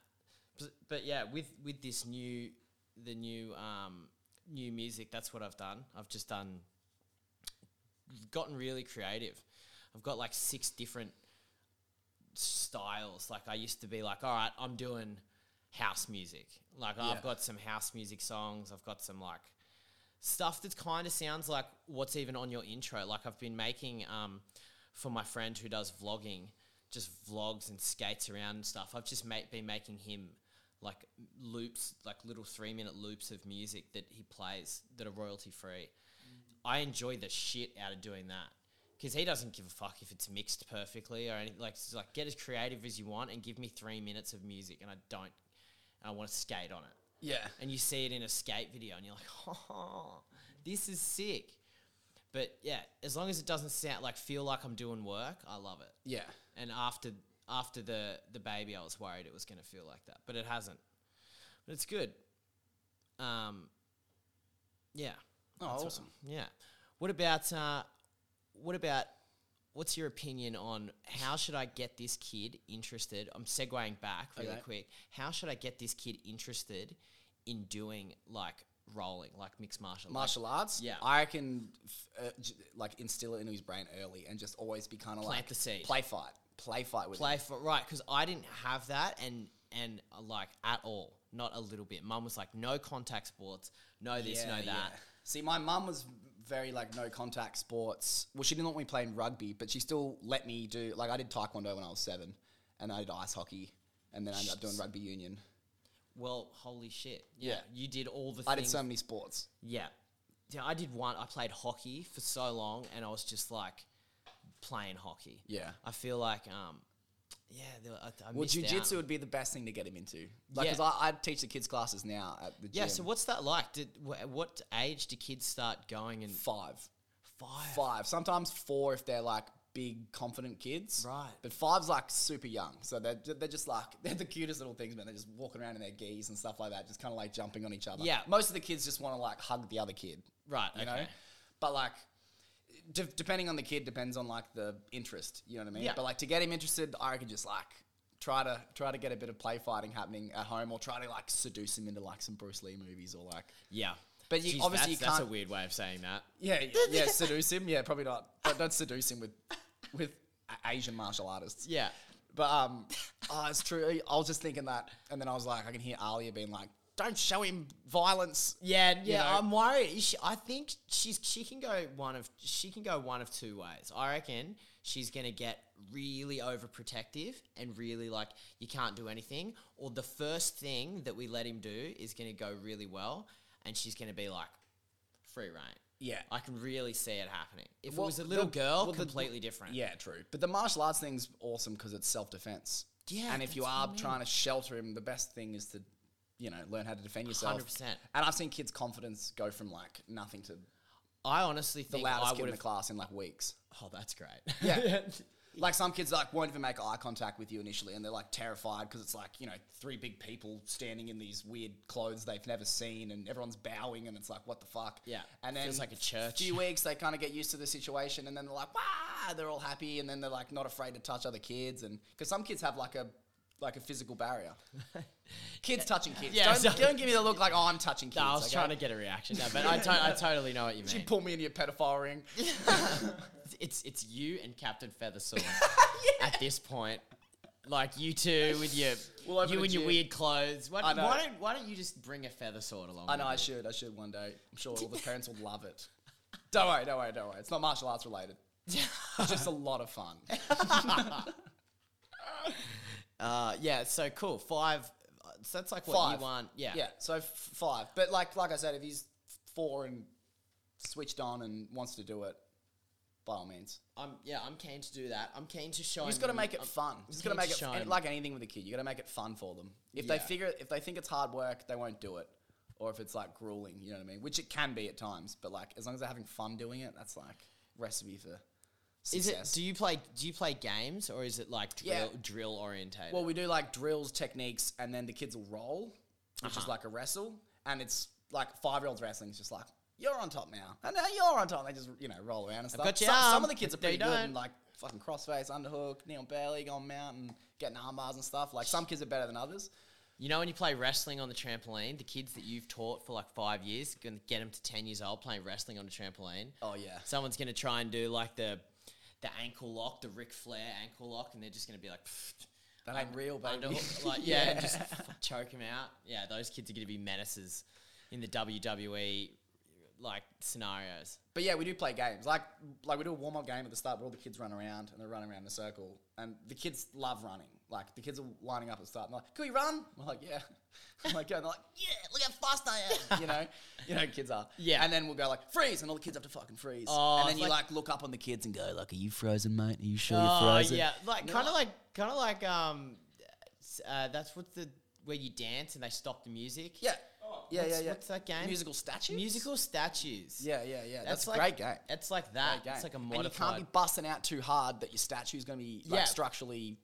S1: But, but yeah, with, with this new, the new, um, new music, that's what I've done. I've just done gotten really creative. I've got like six different styles. Like I used to be like, all right, I'm doing house music. Like
S3: Yeah.
S1: I've got some house music songs. I've got some like stuff that kind of sounds like what's even on your intro. Like I've been making um, for my friend who does vlogging, just vlogs and skates around and stuff. I've just ma- been making him like loops, like little three minute loops of music that he plays that are royalty free. I enjoy the shit out of doing that because he doesn't give a fuck if it's mixed perfectly or anything. Like, it's like get as creative as you want and give me three minutes of music, and I don't. I want to skate on it
S3: Yeah.
S1: and you see it in a skate video and you're like, oh, this is sick. But yeah, as long as it doesn't sound like feel like I'm doing work, I love it.
S3: Yeah.
S1: And after after the the baby, I was worried it was going to feel like that, but it hasn't. But it's good. Um, yeah,
S3: Oh,
S1: That's what-
S3: awesome.
S1: yeah. What about uh, what about what's your opinion on how should I get this kid interested? I'm segueing back really
S3: Okay.
S1: quick. How should I get this kid interested in doing like rolling, like mixed martial arts?
S3: Martial arts.
S1: Yeah.
S3: I can uh, j- like instill it into his brain early and just always be kind of
S1: Plant
S3: like
S1: the seed.
S3: play fight, play fight with
S1: play
S3: him.
S1: for right because I didn't have that and and uh, like at all, not a little bit. Mum was like, no contact sports, no this, no that.
S3: See, my mum was very like no contact sports. Well, she didn't want me playing rugby, but she still let me do like I did taekwondo when I was seven, and I did ice hockey, and then I ended up doing rugby union.
S1: Well, holy shit!
S3: Yeah.
S1: you did all the.
S3: I
S1: things
S3: did so many sports.
S1: Yeah. Yeah, I did one. I played hockey for so long and I was just like playing hockey.
S3: Yeah.
S1: I feel like, um, yeah, there, were- I, I
S3: Well,
S1: missed out.
S3: jujitsu would be the best thing to get him into. Like,
S1: Yeah.
S3: because I, I teach the kids classes now at the gym.
S1: Yeah, so what's that like? Did wh- What age do kids start going and
S3: five,
S1: five?
S3: five, sometimes four if they're like big confident kids.
S1: Right.
S3: But five's like super young, so they're ju- they're just like they're the cutest little things, man. They're just walking around in their geese and stuff like that, just kind of like jumping on each other.
S1: Yeah.
S3: Most of the kids just want to like hug the other kid.
S1: Right,
S3: You know.
S1: okay.
S3: But like. De- depending on the kid, depends on like the interest. You know what I mean?
S1: Yeah.
S3: But like to get him interested, I reckon just like try to try to get a bit of play fighting happening at home, or try to like seduce him into like some Bruce Lee movies, or like
S1: Yeah.
S3: But you- obviously
S1: that's,
S3: you
S1: that's a
S3: can't-
S1: weird way of saying that.
S3: yeah, yeah, yeah, seduce him. Yeah, probably not. Don't, don't seduce him with with A- Asian martial artists.
S1: Yeah.
S3: But um, oh, it's true. I was just thinking that, and then I was like, I can hear Alia being like, "Don't show him violence."
S1: Yeah, yeah.
S3: know.
S1: I'm worried. Is She, I think she's she can go one of she can go one of two ways. I reckon she's gonna get really overprotective and really like you can't do anything. Or the first thing that we let him do is gonna go really well, and she's gonna be like free reign.
S3: Yeah.
S1: I can really see it happening. If
S3: Well,
S1: it was a little
S3: the-
S1: girl,
S3: well, the-
S1: completely different.
S3: Yeah, true. But the martial arts thing's awesome because it's self defense.
S1: Yeah,
S3: and if you
S1: that's what I
S3: are
S1: mean.
S3: trying to shelter him, the best thing is to, you know, learn how to defend yourself.
S1: 100%.
S3: And I've seen kids' confidence go from like nothing to
S1: I honestly
S3: the
S1: think I
S3: loudest kid
S1: would
S3: in the
S1: have.
S3: class in like weeks.
S1: Oh, that's great.
S3: Yeah. Like some kids like won't even make eye contact with you initially, and they're like terrified because it's like you know three big people standing in these weird clothes they've never seen, and everyone's bowing, and it's like what the fuck.
S1: Yeah.
S3: and then
S1: Feels like a church.
S3: Few weeks they kind of get used to the situation, and then they're like wow, they're all happy, and then they're like not afraid to touch other kids, and because some kids have like a like a physical barrier. kids touching kids.
S1: Yeah,
S3: don't,
S1: so-
S3: don't give me the look like oh I'm touching kids.
S1: no, I was
S3: okay?
S1: trying to get a reaction. No, but I, to- I totally know what you
S3: Did
S1: mean.
S3: you pull me into your pedophile ring?
S1: it's it's you and Captain Feathersword at this point. Like you two with your
S3: We'll open
S1: you
S3: a
S1: and your
S3: gym.
S1: weird clothes. Why,
S3: I
S1: don't-
S3: know.
S1: why don't why don't you just bring a feather sword along?
S3: I know
S1: with
S3: I
S1: you?
S3: should. I should one day. I'm sure all the parents will love it. Don't worry, don't worry, don't worry. It's not martial arts related. It's just a lot of fun.
S1: Uh, yeah. So cool. Five. uh, So that's like what
S3: Five.
S1: you want. Yeah.
S3: Yeah. So f- five, but like like I said, if he's four and switched on and wants to do it, by all means,
S1: I'm yeah. I'm keen to do that. I'm keen to show.
S3: you just
S1: him
S3: got to
S1: that
S3: make it
S1: I'm-
S3: fun. You
S1: I'm
S3: just got to
S1: keen
S3: make it
S1: show
S3: and
S1: him.
S3: like anything with a kid. You got to make it fun for them. If they
S1: Yeah.
S3: figure, if they think it's hard work, they won't do it. Or if it's like grueling, you know what I mean? Which it can be at times, but like as long as they're having fun doing it, that's like recipe for
S1: Is
S3: success.
S1: it? Do you play? Do you play games or is it like drill
S3: Yeah.
S1: drill orientated?
S3: Well, we do like drills, techniques, and then the kids will roll, which
S1: Uh-huh.
S3: is like a wrestle, and it's like five year olds wrestling. It's just like you're on top now, and now you're on top. And they just you know roll around and stuff.
S1: got your
S3: some, some
S1: arm.
S3: of the kids are
S1: They
S3: pretty good
S1: don't.
S3: and like fucking crossface, underhook, knee on belly, go on mountain, getting arm bars and stuff. Like some kids are better than others.
S1: you know when you play wrestling on the trampoline, the kids that you've taught for like five years, gonna get them to ten years old playing wrestling on the trampoline.
S3: Oh yeah,
S1: Someone's gonna try and do like the the ankle lock, the Ric Flair ankle lock, and they're just gonna be like.
S3: that ain't real, baby.
S1: Underhook, like yeah, and just f- choke him out. Yeah, those kids are going to be menaces in the WWE like scenarios.
S3: But yeah, we do play games. Like like we do a warm up game at the start where all the kids run around and they run around in a circle. And the kids love running. Like the kids are lining up at the start and they're like, Can we run? We're like, Yeah. I'm like, yeah. And they're like, Yeah, look how fast I am You know? You know kids are.
S1: Yeah.
S3: And then we'll go like freeze and all the kids have to fucking freeze.
S1: Oh,
S3: and then
S1: it's
S3: you like,
S1: like-
S3: look up on the kids and go, like, Are you frozen, mate? Are you sure you're
S1: Oh
S3: frozen?
S1: yeah, like
S3: No.
S1: kind of like kind of like um, s- uh, that's what the where you dance and they stop the music.
S3: Yeah. yeah,
S1: Oh, What's-
S3: yeah, yeah.
S1: What's that game?
S3: Musical statues?
S1: musical statues.
S3: Yeah, yeah, yeah. That's,
S1: like,
S3: a great game.
S1: It's like that.
S3: Great game.
S1: It's like a
S3: and you can't be
S1: modified.
S3: busting out too hard that your statue's gonna be like
S1: Yeah.
S3: structurally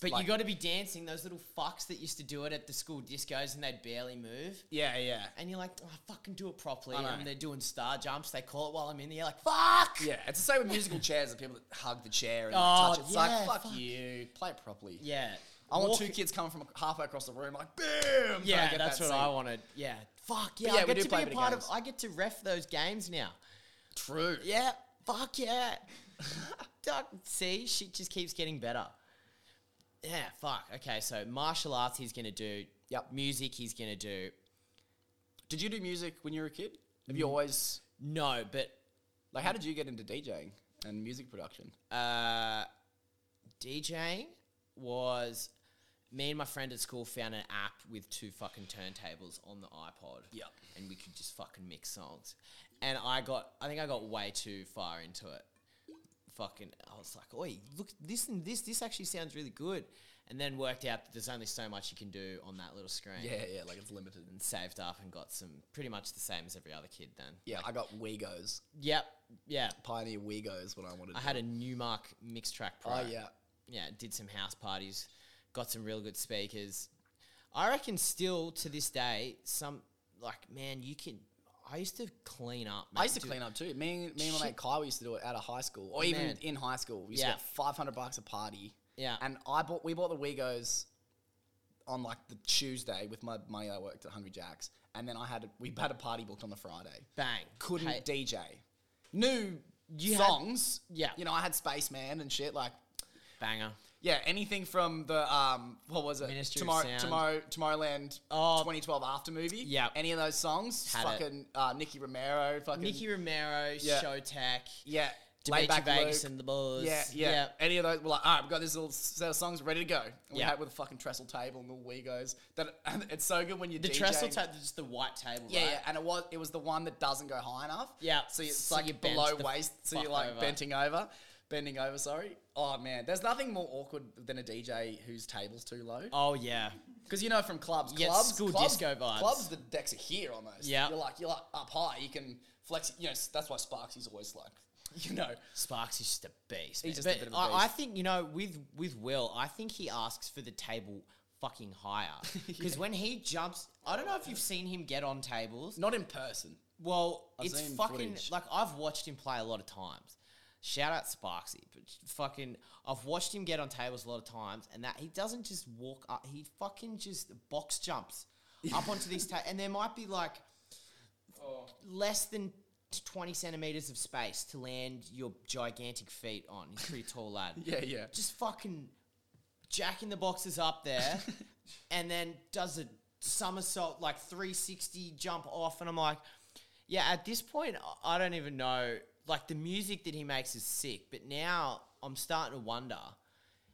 S1: But
S3: like-
S1: you got to be dancing. Those little fucks that used to do it at the school discos and they'd barely move.
S3: Yeah, yeah.
S1: And you're like, oh, fucking do it properly.
S3: I know.
S1: And they're doing star jumps. They call it while I'm in the air. Like, fuck.
S3: Yeah, it's the same with musical chairs. The people that hug the chair and
S1: Oh,
S3: touch it. It's
S1: yeah,
S3: like, fuck,
S1: fuck.
S3: you, play it properly.
S1: Yeah.
S3: I want
S1: Walk-
S3: two kids coming from halfway across the room, like, boom. trying to
S1: Yeah,
S3: get
S1: that's
S3: that
S1: what
S3: scene.
S1: I wanted. Yeah. Fuck yeah.
S3: yeah,
S1: I
S3: we
S1: get
S3: do
S1: to be
S3: play
S1: a
S3: a bit of
S1: part of,
S3: games.
S1: I get to ref those games now.
S3: True.
S1: Yeah. Fuck yeah. Duck, See, shit just keeps getting better. Yeah, fuck. Okay, so martial arts he's gonna do.
S3: Yep.
S1: Music he's gonna do.
S3: Did you do music when you were a kid? Have
S1: Mm.
S3: you always
S1: No, but
S3: like? How did you get into DJing and music production?
S1: uh, DJing was me and my friend at school found an app with two fucking turntables on the iPod.
S3: Yep.
S1: And we could just fucking mix songs. And I got, I think I got way too far into it. Fucking, I was like, oi, look, listen, this, this actually sounds really good. And then worked out that there's only so much you can do on that little screen.
S3: Yeah, yeah, like it's limited.
S1: And saved up and got some pretty much the same as every other kid then.
S3: Yeah, I got Wegos,
S1: Yep. Yeah.
S3: Pioneer Wegos when I wanted.
S1: I
S3: to
S1: had a Newmark mix track pro
S3: Oh yeah,
S1: yeah, did some house parties, got some real good speakers. I reckon still to this day, some like man, you can. I used to clean up.
S3: I used to
S1: do-
S3: clean up too. Me, and- me and my mate
S1: Shit.
S3: Kyle used to do it out of high school, or even
S1: Man.
S3: in high school. We used
S1: Yeah.
S3: to get five hundred bucks a party.
S1: Yeah.
S3: And I bought, we bought the Wegos on like the Tuesday with my money I worked at Hungry Jack's, and then I had a, we had a party booked on the Friday.
S1: bang.
S3: Couldn't
S1: Hey,
S3: DJ, new
S1: You had-
S3: songs.
S1: Yeah.
S3: you know I had Spaceman and shit like.
S1: banger.
S3: Yeah, anything from the um, what was it?
S1: Ministry of
S3: Tomorrow,
S1: Sound.
S3: Tomorrow, Tomorrowland,
S1: Oh.
S3: 2012 after movie.
S1: Yeah.
S3: any of those songs?
S1: Had it.
S3: fucking uh, Nicky Romero. Fucking
S1: Nicky Romero,
S3: Yeah.
S1: Showtek,
S3: Yeah,
S1: Dimitri
S3: Laidback
S1: Vegas,
S3: Luke.
S1: and the Bulls.
S3: Yeah, yeah, Any of those? We're like, all right, we've got this little set of songs ready to go. And we
S1: Yeah.
S3: had with a fucking trestle table and the Wegos. That and it's so good when you
S1: The trestle table, just the white table.
S3: Yeah,
S1: right?
S3: yeah, and it was it was the one that doesn't go high enough.
S1: Yeah,
S3: so you- it's
S1: so
S3: like
S1: you
S3: you're below
S1: bent the
S3: waist, so you're
S1: fuck
S3: like
S1: over.
S3: benting over, bending over. Sorry. Oh man, there's nothing more awkward than a DJ whose table's too low.
S1: Oh yeah.
S3: Because you know from clubs,
S1: You get
S3: clubs,
S1: school
S3: clubs,
S1: disco vibes.
S3: Clubs, the decks are here almost.
S1: Yep.
S3: you're like you're like up high. You can Flex, you know, s- that's why Sparks is always like, you know,
S1: Sparks is just a beast.
S3: He's
S1: man.
S3: just a
S1: But
S3: bit of a
S1: I, I
S3: beast.
S1: think you know with with Will, I think he asks for the table fucking higher because when he jumps, I don't know if you've seen him get on tables.
S3: not in person.
S1: Well,
S3: I've
S1: it's
S3: seen
S1: fucking
S3: footage.
S1: like I've watched him play a lot of times. Shout out Sparksy, but fucking, I've watched him get on tables a lot of times, and that he doesn't just walk up; he fucking just box jumps up onto these tables, and there might be like
S2: Oh,
S1: less than t- 20 centimeters of space to land your gigantic feet on. He's a pretty tall lad.
S3: Yeah, yeah.
S1: Just fucking jacking the boxes up there and then does a somersault, like 360 jump off. And I'm like, yeah, at this point, I- I don't even know. Like, the music that he makes is sick, but now I'm starting to wonder.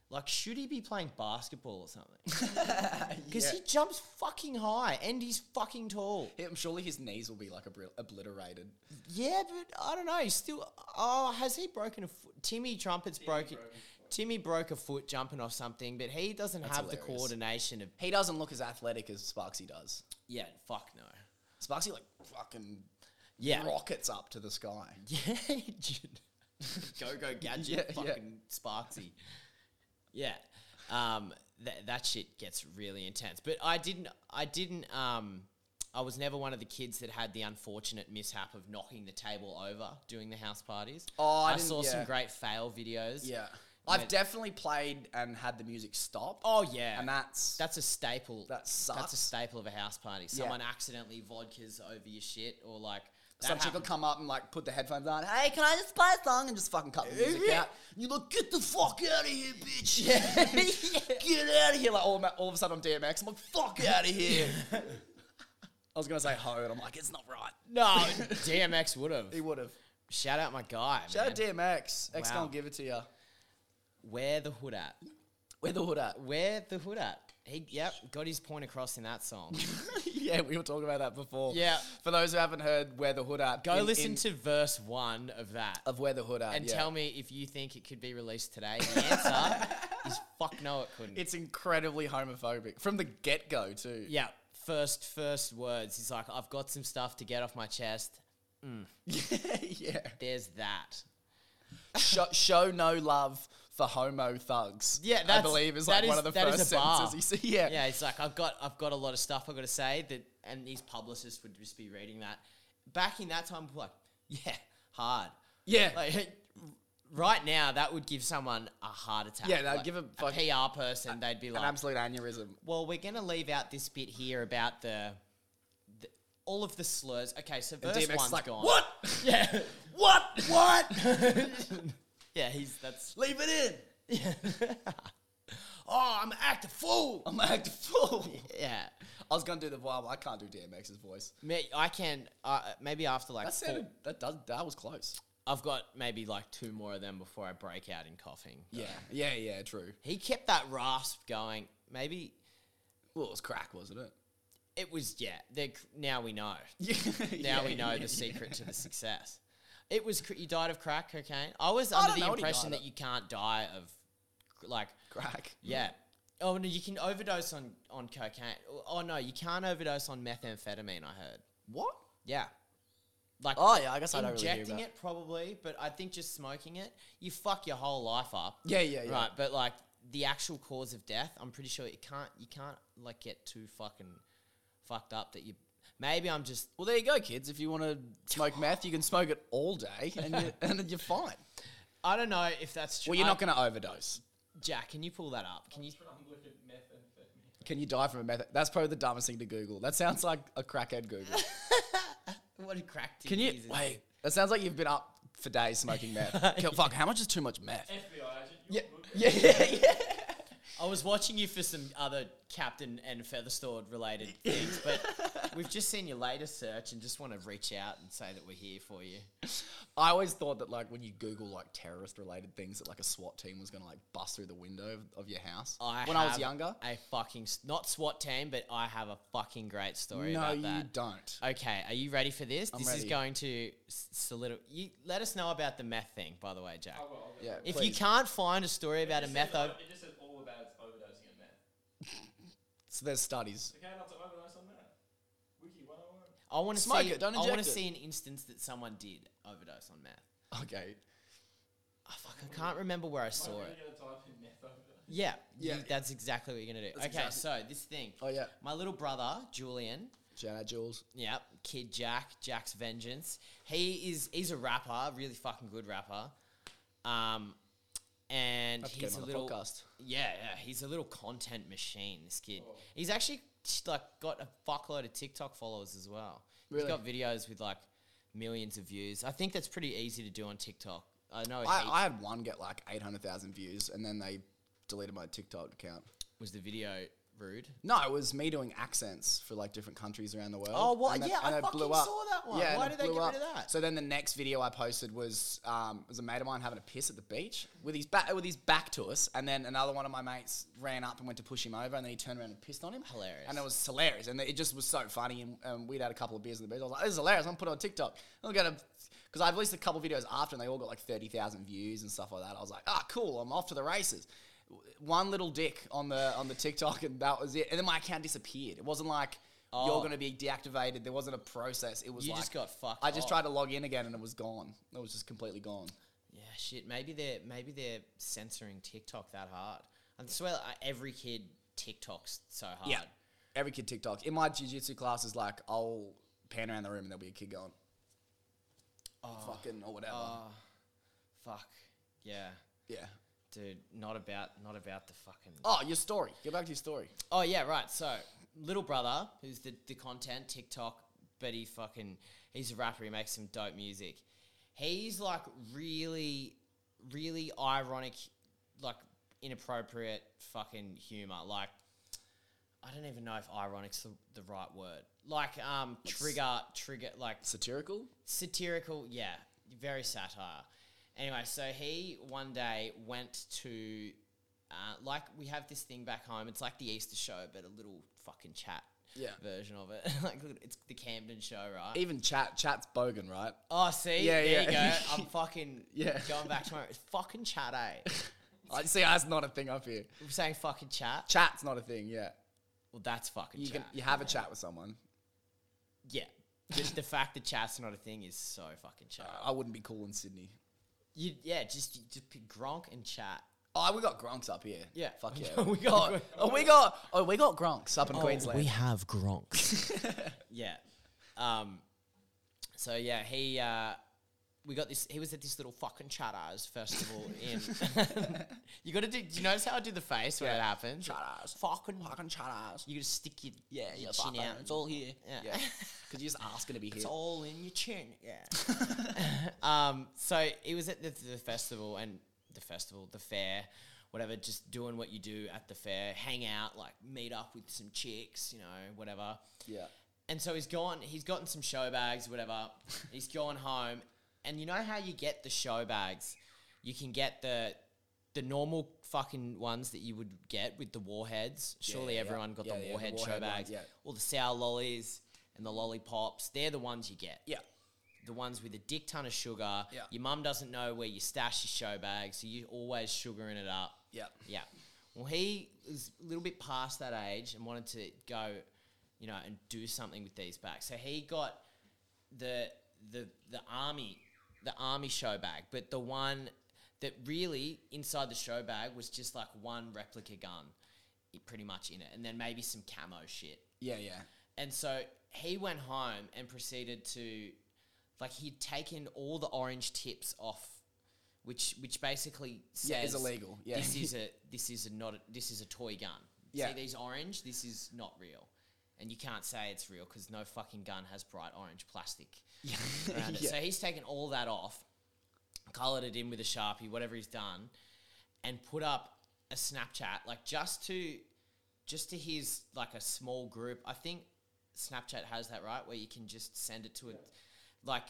S1: Like, should he be playing basketball or something? Because he jumps fucking high and he's fucking tall.
S3: Yeah, I'm surely his knees will be like abri- obliterated.
S1: Yeah, but I don't know. He's still. Oh, has he broken a foot? Timmy Trumpet's broken.
S2: broke his
S1: Timmy broke a foot jumping off something, but he doesn't have
S3: hilarious.
S1: the coordination of.
S3: He doesn't look as athletic as Sparksy does.
S1: Yeah, fuck no.
S3: Sparksy like fucking
S1: Yeah.
S3: rockets up to the sky.
S1: Yeah. dude. go go gadget.
S3: Yeah, yeah.
S1: fucking Sparksy. Yeah. Um. That that shit gets really intense. But I didn't. I didn't. Um. I was never one of the kids that had the unfortunate mishap of knocking the table over during the house parties.
S3: Oh, I
S1: I
S3: didn't-
S1: saw some
S3: yeah.
S1: great fail videos.
S3: Yeah, I've
S1: Mate.
S3: definitely played and had the music stop.
S1: Oh yeah.
S3: and that's
S1: That's a staple.
S3: That
S1: That's
S3: sucks.
S1: a staple of a house party. Someone accidentally vodkas over your shit, or like that
S3: Some chick will
S1: happened.
S3: come up and like put the headphones on. Hey, can I just play a song and just fucking cut the music out? You look, get the fuck out of here, bitch! get out of here! Like all, of a- all of a sudden I'm DMX. I'm like, fuck out of here! I was gonna say ho, and I'm like, it's not right.
S1: No, DMX would have.
S3: He would have.
S1: Shout out my guy.
S3: Shout out
S1: man.
S3: DMX. X
S1: Wow.
S3: don't give it to you.
S1: Where the hood at?
S3: Where the hood at?
S1: Where the hood at? He yep got his point across in that song.
S3: yeah, we were talking about that before.
S1: Yeah.
S3: For those who haven't heard, where the hood at?
S1: Go
S3: in-
S1: listen
S3: in-
S1: to verse one of that.
S3: of where the hood at,
S1: and
S3: yeah.
S1: tell me if you think it could be released today. The answer is fuck no, it couldn't.
S3: It's incredibly homophobic from the get go too.
S1: yeah, first first words. He's like, I've got some stuff to get off my chest.
S3: yeah.
S1: There's that.
S3: show, show no love for homo thugs.
S1: Yeah, that's-
S3: I believe is
S1: that
S3: like
S1: is-
S3: one of the
S1: that is
S3: first
S1: a bar.
S3: sentences you see. Yeah,
S1: yeah, it's like I've got I've got a lot of stuff I've got to say that, and these publicists would just be reading that. Back in that time, like yeah, hard.
S3: yeah.
S1: Like right now, that would give someone a heart attack.
S3: Yeah, that'd
S1: Like,
S3: give a
S1: a
S3: fuck- Uh,
S1: PR person. They'd be
S3: an
S1: like,
S3: absolute aneurysm.
S1: "Well, we're gonna leave out this bit here about the, the all of the slurs." Okay, so
S3: And
S1: verse
S3: DMX
S1: one's
S3: is like,
S1: gone.
S3: what?
S1: Yeah,
S3: What? What?
S1: yeah, he's that's.
S3: Leave it in.
S1: Oh, I'm an act a fool.
S3: I'm an act fool.
S1: Yeah,
S3: I was gonna do the vibe. I can't do DMX's voice.
S1: May- I can. Uh, maybe after like
S3: That
S1: four-
S3: sounded. That does. That was close.
S1: I've got maybe like two more of them before I break out in coughing.
S3: Yeah. Yeah. Yeah. True.
S1: He kept that rasp going. Maybe
S3: Well, it was crack, wasn't it?
S1: it was, yeah. they're cr- Now we know.
S3: Yeah.
S1: Now we know the secret to the success. It was, cr- you died of crack cocaine. I was under
S3: don't
S1: the
S3: know what he
S1: impression
S3: died Hmm.
S1: that you can't die of, cr- like,
S3: Crack.
S1: yeah. Oh, no, you can overdose on, on cocaine. Oh, no, you can't overdose on methamphetamine, I heard.
S3: What?
S1: Yeah. Like,
S3: Oh yeah. I guess I don't really hear
S1: injecting
S3: about.
S1: it probably, but I think just smoking it, you fuck your whole life up.
S3: Yeah. Yeah. Yeah.
S1: Right, but like the actual cause of death, I'm pretty sure you can't you can't like get too fucking fucked up that you. Maybe I'm just
S3: Well, there you go, kids. If you want to smoke meth, you can smoke it all day, and you and then you're fine.
S1: I don't know if that's true.
S3: Well, you're not
S1: I-
S3: going to overdose.
S1: Jack, can you pull that up? Can you?
S2: I'm looking at meth and amphetamine.
S3: Can you die from a meth? That's probably the dumbest thing to Google. That sounds like a crackhead Google.
S1: What a crack!
S3: Can you
S1: disease is-
S3: wait? That sounds like you've been up for days smoking meth. Kill- Fuck, how much is too much meth?
S2: FBI agent,
S3: Yeah,
S2: you're good.
S3: yeah, yeah, yeah.
S1: I was watching you for some other Captain and Featherstored related things, but we've just seen your latest search and just want to reach out and say that we're here for you.
S3: I always thought that like when you Google like terrorist related things, that like a SWAT team was going to like bust through the window of, of your house.
S1: I
S3: when I was
S1: have
S3: younger.
S1: a fucking s- not SWAT team, but I have a fucking great story
S3: No,
S1: about
S3: you
S1: that. Uh,
S3: don't.
S1: Okay, are you ready for this? this is
S3: ready.
S1: going to s- solidi- You let us know about the meth thing, by the way, Jack.
S2: I'll go, I'll go.
S3: Yeah.
S1: If you
S3: Oh, please.
S1: can't find a story about a
S2: It just
S1: meth, o-
S2: says o- It just says all about it's overdosing on meth.
S3: so there's studies.
S2: It's okay not to overdose on meth. Wiki 101.
S1: I want to
S3: Smoke
S1: see.
S3: it, don't
S1: I want
S3: inject
S1: to
S3: it.
S1: see an instance that someone did overdose on meth. Ah,
S3: Okay.
S1: I fucking can't remember where I saw
S2: Why are
S1: it.
S2: you gonna type in meth overdose?
S1: Yeah,
S3: Yeah.
S1: you- that's exactly what you're gonna do.
S3: That's
S1: okay,
S3: exactly-
S1: so this thing.
S3: Oh yeah.
S1: My little brother Julian.
S3: Shout out Jules.
S1: Yep, Kid Jack, Jack's Vengeance. He is he's a rapper, really fucking good rapper. Um, and
S3: Have to get
S1: he's a
S3: him on
S1: little
S3: the podcast.
S1: yeah, yeah, he's a little content machine. This kid, he's actually sh- like got a fuckload of TikTok followers as well.
S3: Really?
S1: He's got videos with like millions of views. I think that's pretty easy to do on TikTok. I know.
S3: I,
S1: I,
S3: I had one get like eight hundred thousand views, and then they deleted my TikTok account.
S1: was the video rude.
S3: No, it was me doing accents for like different countries around the world.
S1: Oh, what?
S3: And
S1: Yeah, I
S3: and it
S1: fucking saw that one.
S3: and
S1: Why
S3: it
S1: did they
S3: blew
S1: get rid
S3: up.
S1: of that?
S3: So then the next video I posted was um, was a mate of mine having a piss at the beach with his back with his back to us, and then another one of my mates ran up and went to push him over, and then he turned around and pissed on him.
S1: Hilarious.
S3: And it was hilarious, and it just was so funny. And um, we'd had a couple of beers in the beach. I was like, "This is hilarious. I'm gonna put it on TikTok. I'm gonna." Because I've released a couple of videos after, and they all got like thirty thousand views and stuff like that. I was like, "Ah, cool! I'm off to the races." one little dick on the on the TikTok, and that was it. And then my account disappeared. It wasn't like you're
S1: Oh.
S3: going to be deactivated. There wasn't a process. It was
S1: You
S3: like
S1: just got fucked
S3: I just
S1: off.
S3: tried to log in again, and it was gone. It was just completely gone.
S1: Yeah, shit. Maybe they're maybe they're censoring TikTok that hard. I swear, like, every kid TikToks so hard.
S3: Um, every kid TikTok in my jiu-jitsu classes, like I'll pan around the room, and there'll be a kid going,
S1: Uh,
S3: "Fucking" or whatever.
S1: Oh, fuck. Yeah,
S3: yeah.
S1: dude. Not about not about the fucking.
S3: Oh, your story. Get back to your story.
S1: Oh yeah, right. So little brother, who's the the content TikTok, but he fucking he's a rapper. He makes some dope music. He's like really, really ironic, like inappropriate fucking humor. Like I don't even know if ironic's the, the right word. Like um trigger trigger like
S3: Satirical.
S1: satirical, yeah, very satire. Anyway, so he one day went to, uh, like, we have this thing back home. It's like the Easter show, but a little fucking chat
S3: Yeah.
S1: version of it. like, look, it's the Camden show, right?
S3: Even chat. Chat's bogan, right?
S1: oh, see,
S3: Yeah,
S1: there you
S3: yeah.
S1: go. I'm fucking
S3: Yeah.
S1: going back to my fucking chat. Eh?
S3: I see. That's not a thing up here.
S1: I'm saying fucking chat.
S3: Chat's not a thing. Yeah.
S1: Well, that's fucking
S3: You
S1: chat.
S3: can you have a chat with someone.
S1: yeah. Just the fact that chat's not a thing is so fucking chat.
S3: Uh, I wouldn't be cool in Sydney.
S1: you, yeah, just just pick Gronk and chat.
S3: Oh, we got Gronks up here.
S1: Yeah.
S3: Fuck yeah.
S1: We got-
S3: Oh, we got. Oh, we got Gronks up in Queensland.
S1: We have Gronk. yeah. Um, so yeah, he uh, we got this. He was at this little fucking chatters festival in. you got to do. Do you notice how I do the face when it
S3: Yeah.
S1: happens?
S3: Chatters.
S1: Fucking.
S3: Fucking chattas.
S1: You got to stick your
S3: Yeah,
S1: your
S3: yeah,
S1: chin
S3: fucking,
S1: out.
S3: it's all here.
S1: Yeah.
S3: Yeah. Because you're just asking to be
S1: It's
S3: here.
S1: all in your chin. Yeah. um, so it was at the, the festival and the festival, the fair, whatever, just doing what you do at the fair, hang out, like meet up with some chicks, you know, whatever.
S3: Yeah.
S1: And so he's gone. He's gotten some show bags, whatever. he's gone home, and you know how you get the show bags? You can get the the normal fucking ones that you would get with the warheads. Surely
S3: yeah, yeah.
S1: everyone got
S3: Yeah, yeah,
S1: the
S3: the
S1: warhead,
S3: warhead
S1: show bags,
S3: ones, yeah.
S1: all the sour lollies and the lollipops. They're the ones you get.
S3: Yeah.
S1: The ones with a dick ton of sugar.
S3: Yeah.
S1: Your mum doesn't know where you stash your show bag, so you're always sugaring it up.
S3: Yeah.
S1: Yeah. Well, he was a little bit past that age and wanted to go, you know, and do something with these bags. So he got the the the army the army show bag, but the one that really inside the show bag was just like one replica gun, i- pretty much in it, and then maybe some camo shit.
S3: Yeah. Yeah.
S1: And so he went home and proceeded to, like, he'd taken all the orange tips off, which which basically says
S3: Yeah, it's illegal, yeah.
S1: this is a this is a not a, this is a toy gun.
S3: Yeah.
S1: See these orange? This is not real, and you can't say it's real because no fucking gun has bright orange plastic around it.
S3: Yeah.
S1: So he's taken all that off, coloured it in with a sharpie, whatever he's done, and put up a Snapchat like just to just to his like a small group. I think Snapchat has that right where you can just send it to it, like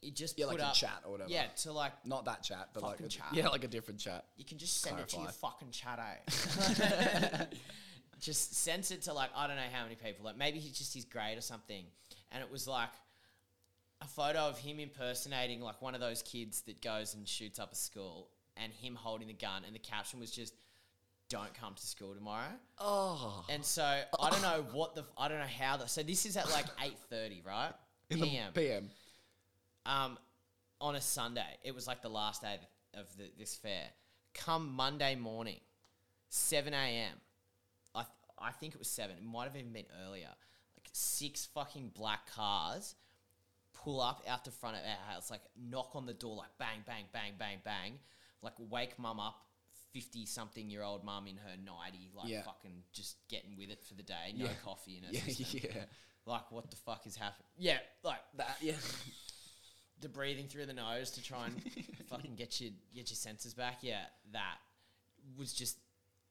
S1: it just
S3: Yeah,
S1: put
S3: like a
S1: up
S3: chat or whatever.
S1: yeah to like
S3: Not that chat, but like
S1: Fucking
S3: a,
S1: chat.
S3: yeah, like a different chat.
S1: you can just send it to your
S3: Clarify.
S1: fucking chat eh? just sends it to like I don't know how many people. Like maybe he's just his grade or something. And it was like a photo of him impersonating like one of those kids that goes and shoots up a school and him holding the gun and the caption was just don't come to school tomorrow.
S3: Oh.
S1: And so I don't know what the I don't know how the so this is at like eight thirty, right?
S3: In the PM.
S1: um, on a Sunday. It was like the last day of the, this fair. Come Monday morning, 7 a.m. I, th- I think it was 7. It might have even been earlier. Like six fucking black cars pull up out the front of our house, like knock on the door, like bang, bang, bang, bang, bang. Like wake mum up, 50 something year old mum in her 90, like
S3: Yeah.
S1: fucking just getting with it for the day. No
S3: Yeah.
S1: coffee in her
S3: Yeah,
S1: system.
S3: yeah.
S1: Like what the fuck is happening? Yeah, like
S3: That, yeah.
S1: the breathing through the nose to try and fucking get your get your senses back. Yeah, that was just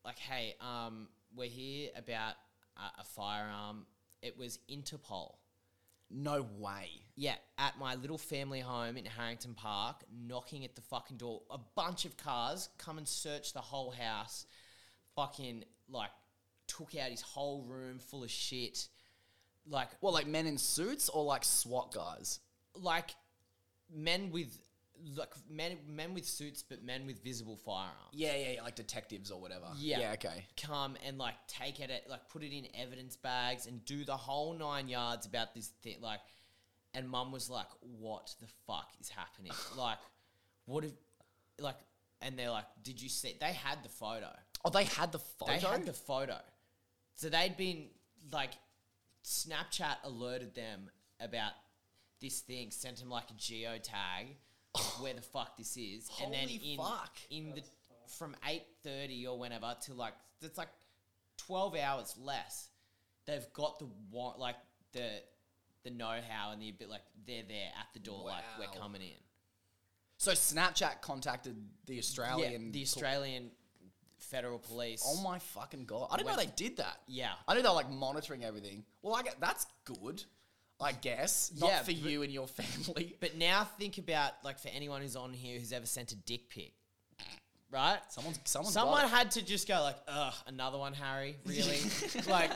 S1: like, hey, um, we're here about a, a firearm. It was Interpol.
S3: No way.
S1: Yeah, at my little family home in Harrington Park, knocking at the fucking door. A bunch of cars come and search the whole house. Fucking like took out his whole room full of shit. Like
S3: Well, like men in suits or like SWAT guys?
S1: like men with like men men with suits, but men with visible firearms.
S3: Yeah, yeah, yeah, like detectives or whatever.
S1: Yeah.
S3: Yeah, okay.
S1: Come and like take it, at, like put it in evidence bags and do the whole nine yards about this thing. Like, and mum was like, "What the fuck is happening? like, what if, like?" And they're like, "Did you see?" They had the photo.
S3: Oh, they had the photo?
S1: They had the photo. So they'd been like Snapchat alerted them about this thing, sent them like a geotag of where the fuck this is. and then
S3: Holy
S1: in,
S3: fuck.
S1: in the from eight thirty or whenever to like it's like twelve hours less, they've got the want like the the know how and the bit like they're there at the door like
S3: Wow.
S1: we're coming in.
S3: so Snapchat contacted the Australian.
S1: yeah, the Australian Federal Police.
S3: Oh my fucking god! I didn't know they did that.
S1: Yeah.
S3: I knew they were like monitoring everything. Well, I get, that's good, I guess. Not
S1: Yeah,
S3: for
S1: but-
S3: you and your family.
S1: But now think about like for anyone who's on here who's ever sent a dick pic, right?
S3: Someone's someone's
S1: Someone
S3: got it.
S1: had to just go like, ugh, another one, Harry. Really? like,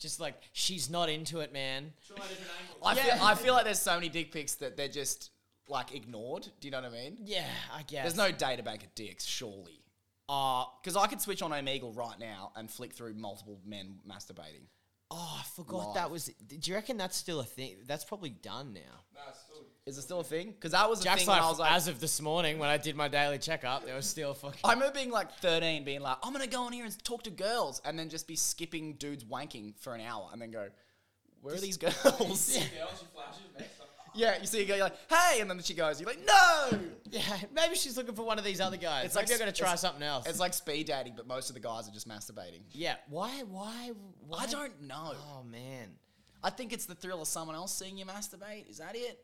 S1: just like she's not into it, man.
S2: Try a different angle.
S3: I
S1: Yeah.
S3: feel I feel like there's so many dick pics that they're just like ignored. Do you know what I mean?
S1: Yeah, I guess.
S3: There's no data bank of dicks, surely.
S1: Oh,
S3: Because I could switch on Omegle right now and flick through multiple men masturbating.
S1: oh, I forgot
S3: Live.
S1: that was. Do you reckon that's still a thing? That's probably done now.
S2: Nah, it's still.
S3: Is it still a thing? Because that was a
S1: Jack's
S3: thing when
S1: like,
S3: I was like,
S1: as of this morning when I did my daily checkup, there was still fucking.
S3: I remember being like 13, being like, I'm gonna go on here and talk to girls, and then just be skipping dudes wanking for an hour, and then go, where are these girls?
S2: Yeah, once you flash it, next up.
S3: yeah, you see a girl, you're like, hey, and then she goes, you're like, no.
S1: yeah, maybe she's looking for one of these other guys.
S3: It's
S1: It's
S3: like
S1: like you're gonna
S3: s-
S1: try
S3: it's-
S1: something else.
S3: It's like speed dating, but most of the guys are just masturbating.
S1: yeah, why, why, why?
S3: I don't know.
S1: Oh man.
S3: I think it's the thrill of someone else seeing you masturbate. Is that it?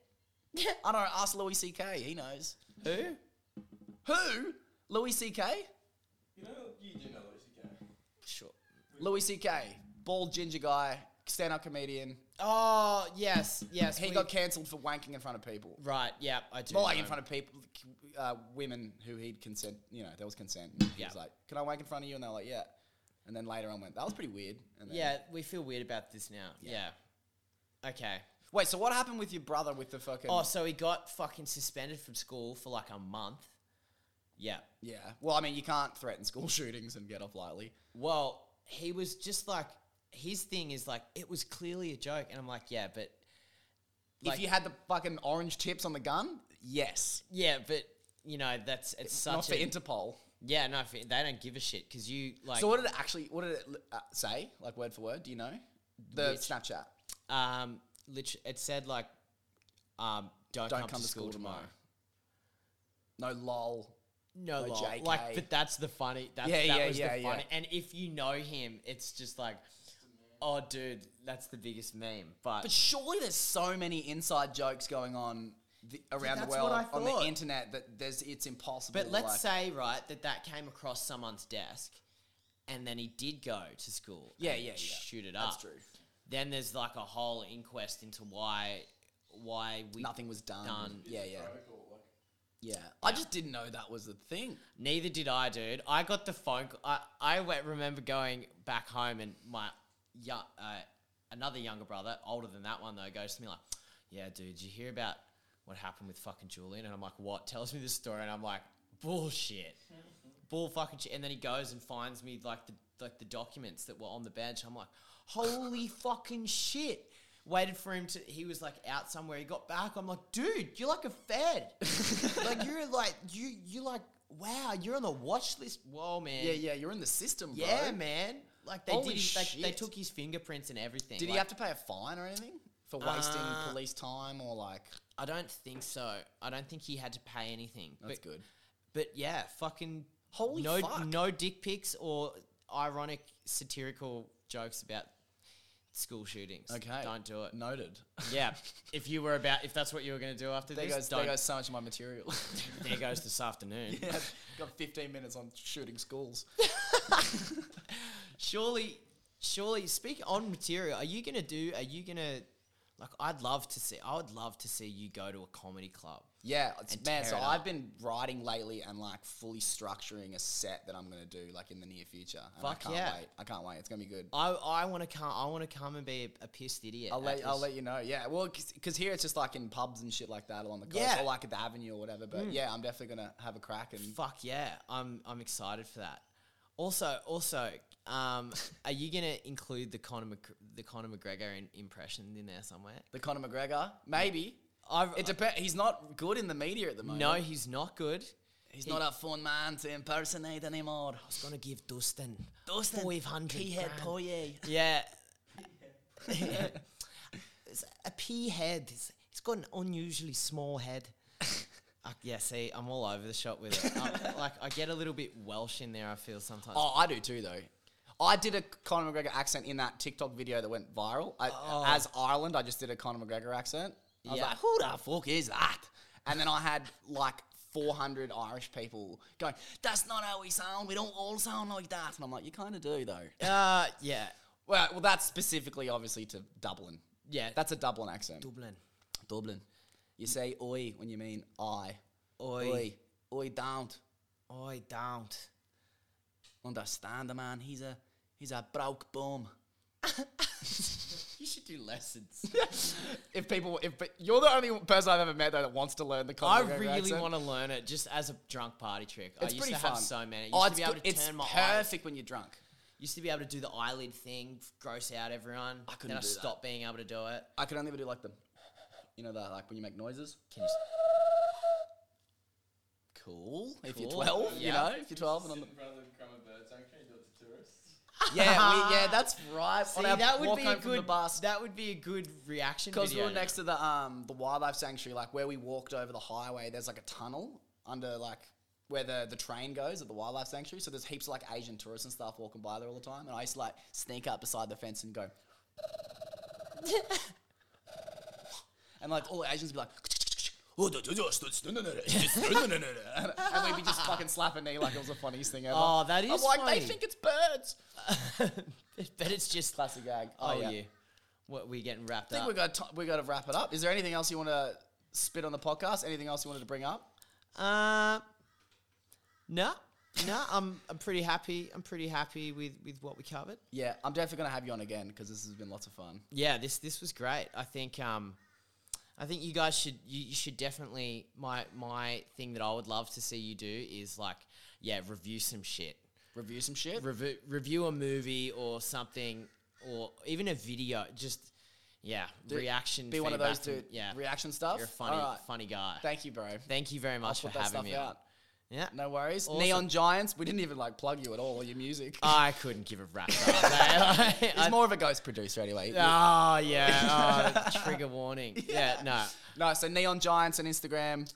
S3: I don't know. Ask Louis C.K. He knows.
S1: Who?
S3: Who? Louis C.K.
S2: You know, you do know Lucy Gay.
S1: Sure.
S3: Louis C.K. Bald ginger guy, stand-up comedian.
S1: Oh yes, yes.
S3: He
S1: we-
S3: got cancelled for wanking in front of people.
S1: right. Yeah, I do.
S3: More like in
S1: know.
S3: front of people, uh, women who he'd consent. You know, there was consent. He
S1: Yeah.
S3: was like, "Can I wank in front of you?" And they're like, "Yeah." And then later on, went, "That was pretty weird." And then,
S1: Yeah, we feel weird about this now. Yeah. Okay.
S3: Wait, so what happened with your brother with the fucking?
S1: Oh, so he got fucking suspended from school for like a month. Yeah.
S3: yeah. Well, I mean, you can't threaten school shootings and get off lightly.
S1: Well, he was just like his thing is like it was clearly a joke, and I'm like, yeah, but Like-
S3: if you had the fucking orange tips on the gun, yes.
S1: yeah, but you know that's it's such
S3: Not for
S1: a
S3: Interpol.
S1: yeah no for, they don't give a shit because you like
S3: so what did it actually? What did it uh, say? Like word for word? Do you know? The
S1: Which-
S3: Snapchat.
S1: um literally it said like um don't,
S3: Don't
S1: come, to school, tomorrow.
S3: No lol.
S1: No,
S3: Or
S1: lol.
S3: JK.
S1: like, but that's the funny. That's,
S3: Yeah,
S1: that
S3: yeah,
S1: was
S3: yeah,
S1: the
S3: yeah.
S1: funny. And if you know him, it's just like, oh, dude, that's the biggest meme. But,
S3: But surely there's so many inside jokes going on the, around the
S1: that's what
S3: world
S1: I
S3: on the
S1: thought.
S3: internet that there's it's impossible.
S1: but
S3: to,
S1: let's
S3: like-
S1: say right that that came across someone's desk, and then he did go to school.
S3: Yeah,
S1: and
S3: yeah, yeah.
S1: Shoot it
S3: that's
S1: up.
S3: true.
S1: Then there's like a whole inquest into why why we
S3: Nothing was done.
S1: Done.
S3: Yeah, yeah,
S2: Protocol, like.
S3: yeah. I just didn't know that was the thing.
S1: Neither did I, dude. I got the phone. c- I I went, remember going back home and my yo uh, another younger brother, older than that one though, goes to me like, "Yeah, dude, did you hear about what happened with fucking Julian?" And I'm like, "What?" Tells me the story, and I'm like, "Bullshit, bull fucking shit. And then he goes and finds me like the like the documents that were on the bench. I'm like, holy fucking shit. Waited for him to. He was like out somewhere. He got back. I'm like, dude, you're like a fed. like you're like you you like wow. You're on the watch list. Whoa, man.
S3: Yeah, yeah, you're in the system, bro.
S1: Yeah, man. Like they
S3: Holy
S1: did. His, they, they
S3: shit.
S1: took his fingerprints and everything.
S3: Did he
S1: Like,
S3: have to pay a fine or anything for wasting
S1: Uh,
S3: police time or like?
S1: I don't think so. I don't think he had to pay anything.
S3: That's
S1: but,
S3: good.
S1: But yeah, fucking
S3: Holy
S1: no,
S3: fuck.
S1: no dick pics or ironic satirical jokes about school shootings.
S3: Okay.
S1: don't do it.
S3: Noted.
S1: Yeah, if you were about, if that's what you were going to do after
S3: There
S1: this,
S3: goes,
S1: don't.
S3: there goes so much of my material.
S1: there goes this afternoon.
S3: yeah, got 15 minutes on shooting schools.
S1: Surely, surely. Speak on material. Are you going to do? Are you going to? Like, I'd love to see. I would love to see you go to a comedy club.
S3: Yeah, it's,
S1: And
S3: man.
S1: tear
S3: So
S1: it
S3: I've
S1: up.
S3: been writing lately and like fully structuring a set that I'm gonna do like in the near future. And
S1: Fuck
S3: I can't
S1: yeah.
S3: wait. I can't wait. It's gonna be good.
S1: I, I want to come. I want to come and be a, a pissed idiot.
S3: I'll
S1: at
S3: let I'll
S1: this.
S3: let you know. Yeah, well, because here it's just like in pubs and shit like that along the coast
S1: Yeah. Hmm.
S3: or like at the avenue or whatever. But yeah, I'm definitely gonna have a crack and
S1: Fuck yeah, I'm I'm excited for that. Also, also, um, are you gonna include the Conor Mc, the Conor McGregor in, impression in there somewhere?
S3: the Conor McGregor maybe.
S1: I've,
S3: It depends. He's not good in the media at the moment.
S1: no, he's not good.
S3: he's
S1: he-
S3: not a fun man to impersonate anymore.
S1: I was gonna give Dustin
S3: Dustin,
S1: five hundred.
S3: He had Poirier.
S1: Yeah. It's a pea head. It's, it's got an unusually small head. Uh, yeah, see, I'm all over the shop with it. I'm- like, I get a little bit Welsh in there. I feel sometimes.
S3: Oh, I do too, though. I did a Conor McGregor accent in that TikTok video that went viral. I,
S1: Oh.
S3: As Ireland, I just did a Conor McGregor accent. I
S1: Yeah.
S3: was like, who the fuck is that? And then I had like 400 Irish people going, that's not how we sound. We don't all sound like that. And I'm like, you kind of do, though.
S1: Uh, yeah,
S3: Well, well, that's specifically, obviously, to Dublin.
S1: yeah. That's
S3: That's a Dublin accent.
S1: Dublin.
S3: Dublin. You say oi when you mean I.
S1: Oi,
S3: Oi don't.
S1: oi, don't.
S3: Understand the man. He's a, he's a broke bum.
S1: You should do lessons.
S3: if people if but you're the only person I've ever met though that wants to learn
S1: I
S3: the Conor McGregor
S1: really
S3: accent.
S1: want to learn it just as a drunk party trick. I
S3: It's
S1: used
S3: pretty
S1: to
S3: fun.
S1: have so many. Used
S3: Oh,
S1: to
S3: it's
S1: be able
S3: good.
S1: to
S3: it's
S1: turn my eyes.
S3: perfect when you're drunk.
S1: Used to be able to do the eyelid thing, f- gross out everyone.
S3: I couldn't
S1: Then I
S3: do that.
S1: stopped being able to do it.
S3: I could only ever do like the, you know that like when you make noises.
S1: Can you? s-
S3: Cool. If you're
S1: Cool.
S3: 12, you
S1: Yeah.
S3: know, if you're 12 and on
S2: Sit
S3: the
S2: in front of the Crummer Bird Sanctuary, do it to tourists.
S3: yeah, we, yeah, that's right.
S1: See,
S3: on our
S1: that would
S3: walk
S1: be a
S3: home from the
S1: good.
S3: bus.
S1: That would be a good reaction.
S3: Because we
S1: video
S3: were
S1: now.
S3: next to the um the wildlife sanctuary, like where we walked over the highway, there's like a tunnel under like where the, the train goes at the wildlife sanctuary. So there's heaps of like Asian tourists and stuff walking by there all the time. And I used to like sneak up beside the fence and go And like all the Asians would be like "Oh, and we'd be just fucking slapping knee like it was the funniest thing ever.
S1: Oh, that
S3: I'm
S1: is
S3: like,
S1: funny.
S3: they think it's birds.
S1: but it's just.
S3: Classic gag.
S1: Oh,
S3: Oh, yeah.
S1: you. What we getting wrapped
S3: I think
S1: up?
S3: we got to, we got to wrap it up. Is there anything else you want to spit on the podcast? Anything else you wanted to bring up?
S1: Uh, no, no. I'm I'm pretty happy. I'm pretty happy with with what we covered.
S3: Yeah, I'm definitely gonna have you on again because this has been lots of fun.
S1: yeah, this this was great. I think um, I think you guys should you, you should definitely my my thing that I would love to see you do is like yeah review some shit
S3: Review some shit.
S1: review review a movie or something or even a video just yeah reaction
S3: Be one of those
S1: feedback
S3: two.
S1: from- yeah
S3: Reaction stuff.
S1: you're a funny
S3: All right.
S1: funny guy
S3: Thank you, bro.
S1: thank you very much for
S3: put that
S1: having
S3: stuff
S1: me on
S3: out.
S1: yeah
S3: No worries.
S1: Awesome.
S3: Neon Giants. We didn't even like plug you at all. Or your music.
S1: I couldn't give a rat's ass. eh? Like,
S3: He's
S1: I-
S3: more of a ghost producer anyway.
S1: Oh yeah, oh, trigger warning. Yeah, no,
S3: No, so Neon Giants on Instagram.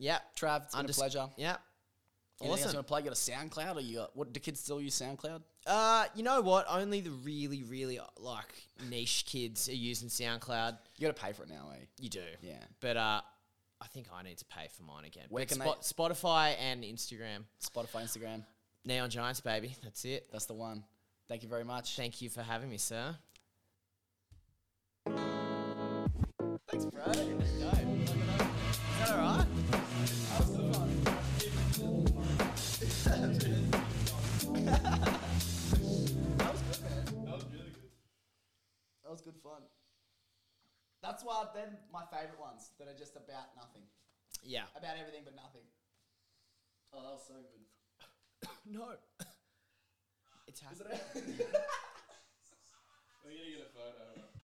S1: yeah,
S3: Trav, it's been
S1: Unders-
S3: a pleasure.
S1: yeah.
S3: Anything else
S1: Awesome.
S3: you want to plug? You got a SoundCloud or you got what? Do kids still use SoundCloud?
S1: Uh, you know what? Only the really, really uh, like niche kids are using SoundCloud.
S3: You got to pay for it now, eh?
S1: You do,
S3: Yeah.
S1: But uh, I think I need to pay for mine again.
S3: Where
S1: But
S3: can
S1: Spotify and Instagram,
S3: Spotify, Instagram.
S1: Neon Giants, baby. That's it.
S3: That's the one. Thank you very much.
S1: Thank you for having me, sir.
S3: Thanks, bro. Let's go. Is that all right? That was good, man.
S2: That was really good.
S3: That was good fun. That's why then my favourite ones that are just about nothing,
S1: Yeah.
S3: about everything but nothing. Oh, that was so good. no. It's happening.
S2: We're gonna get a photo.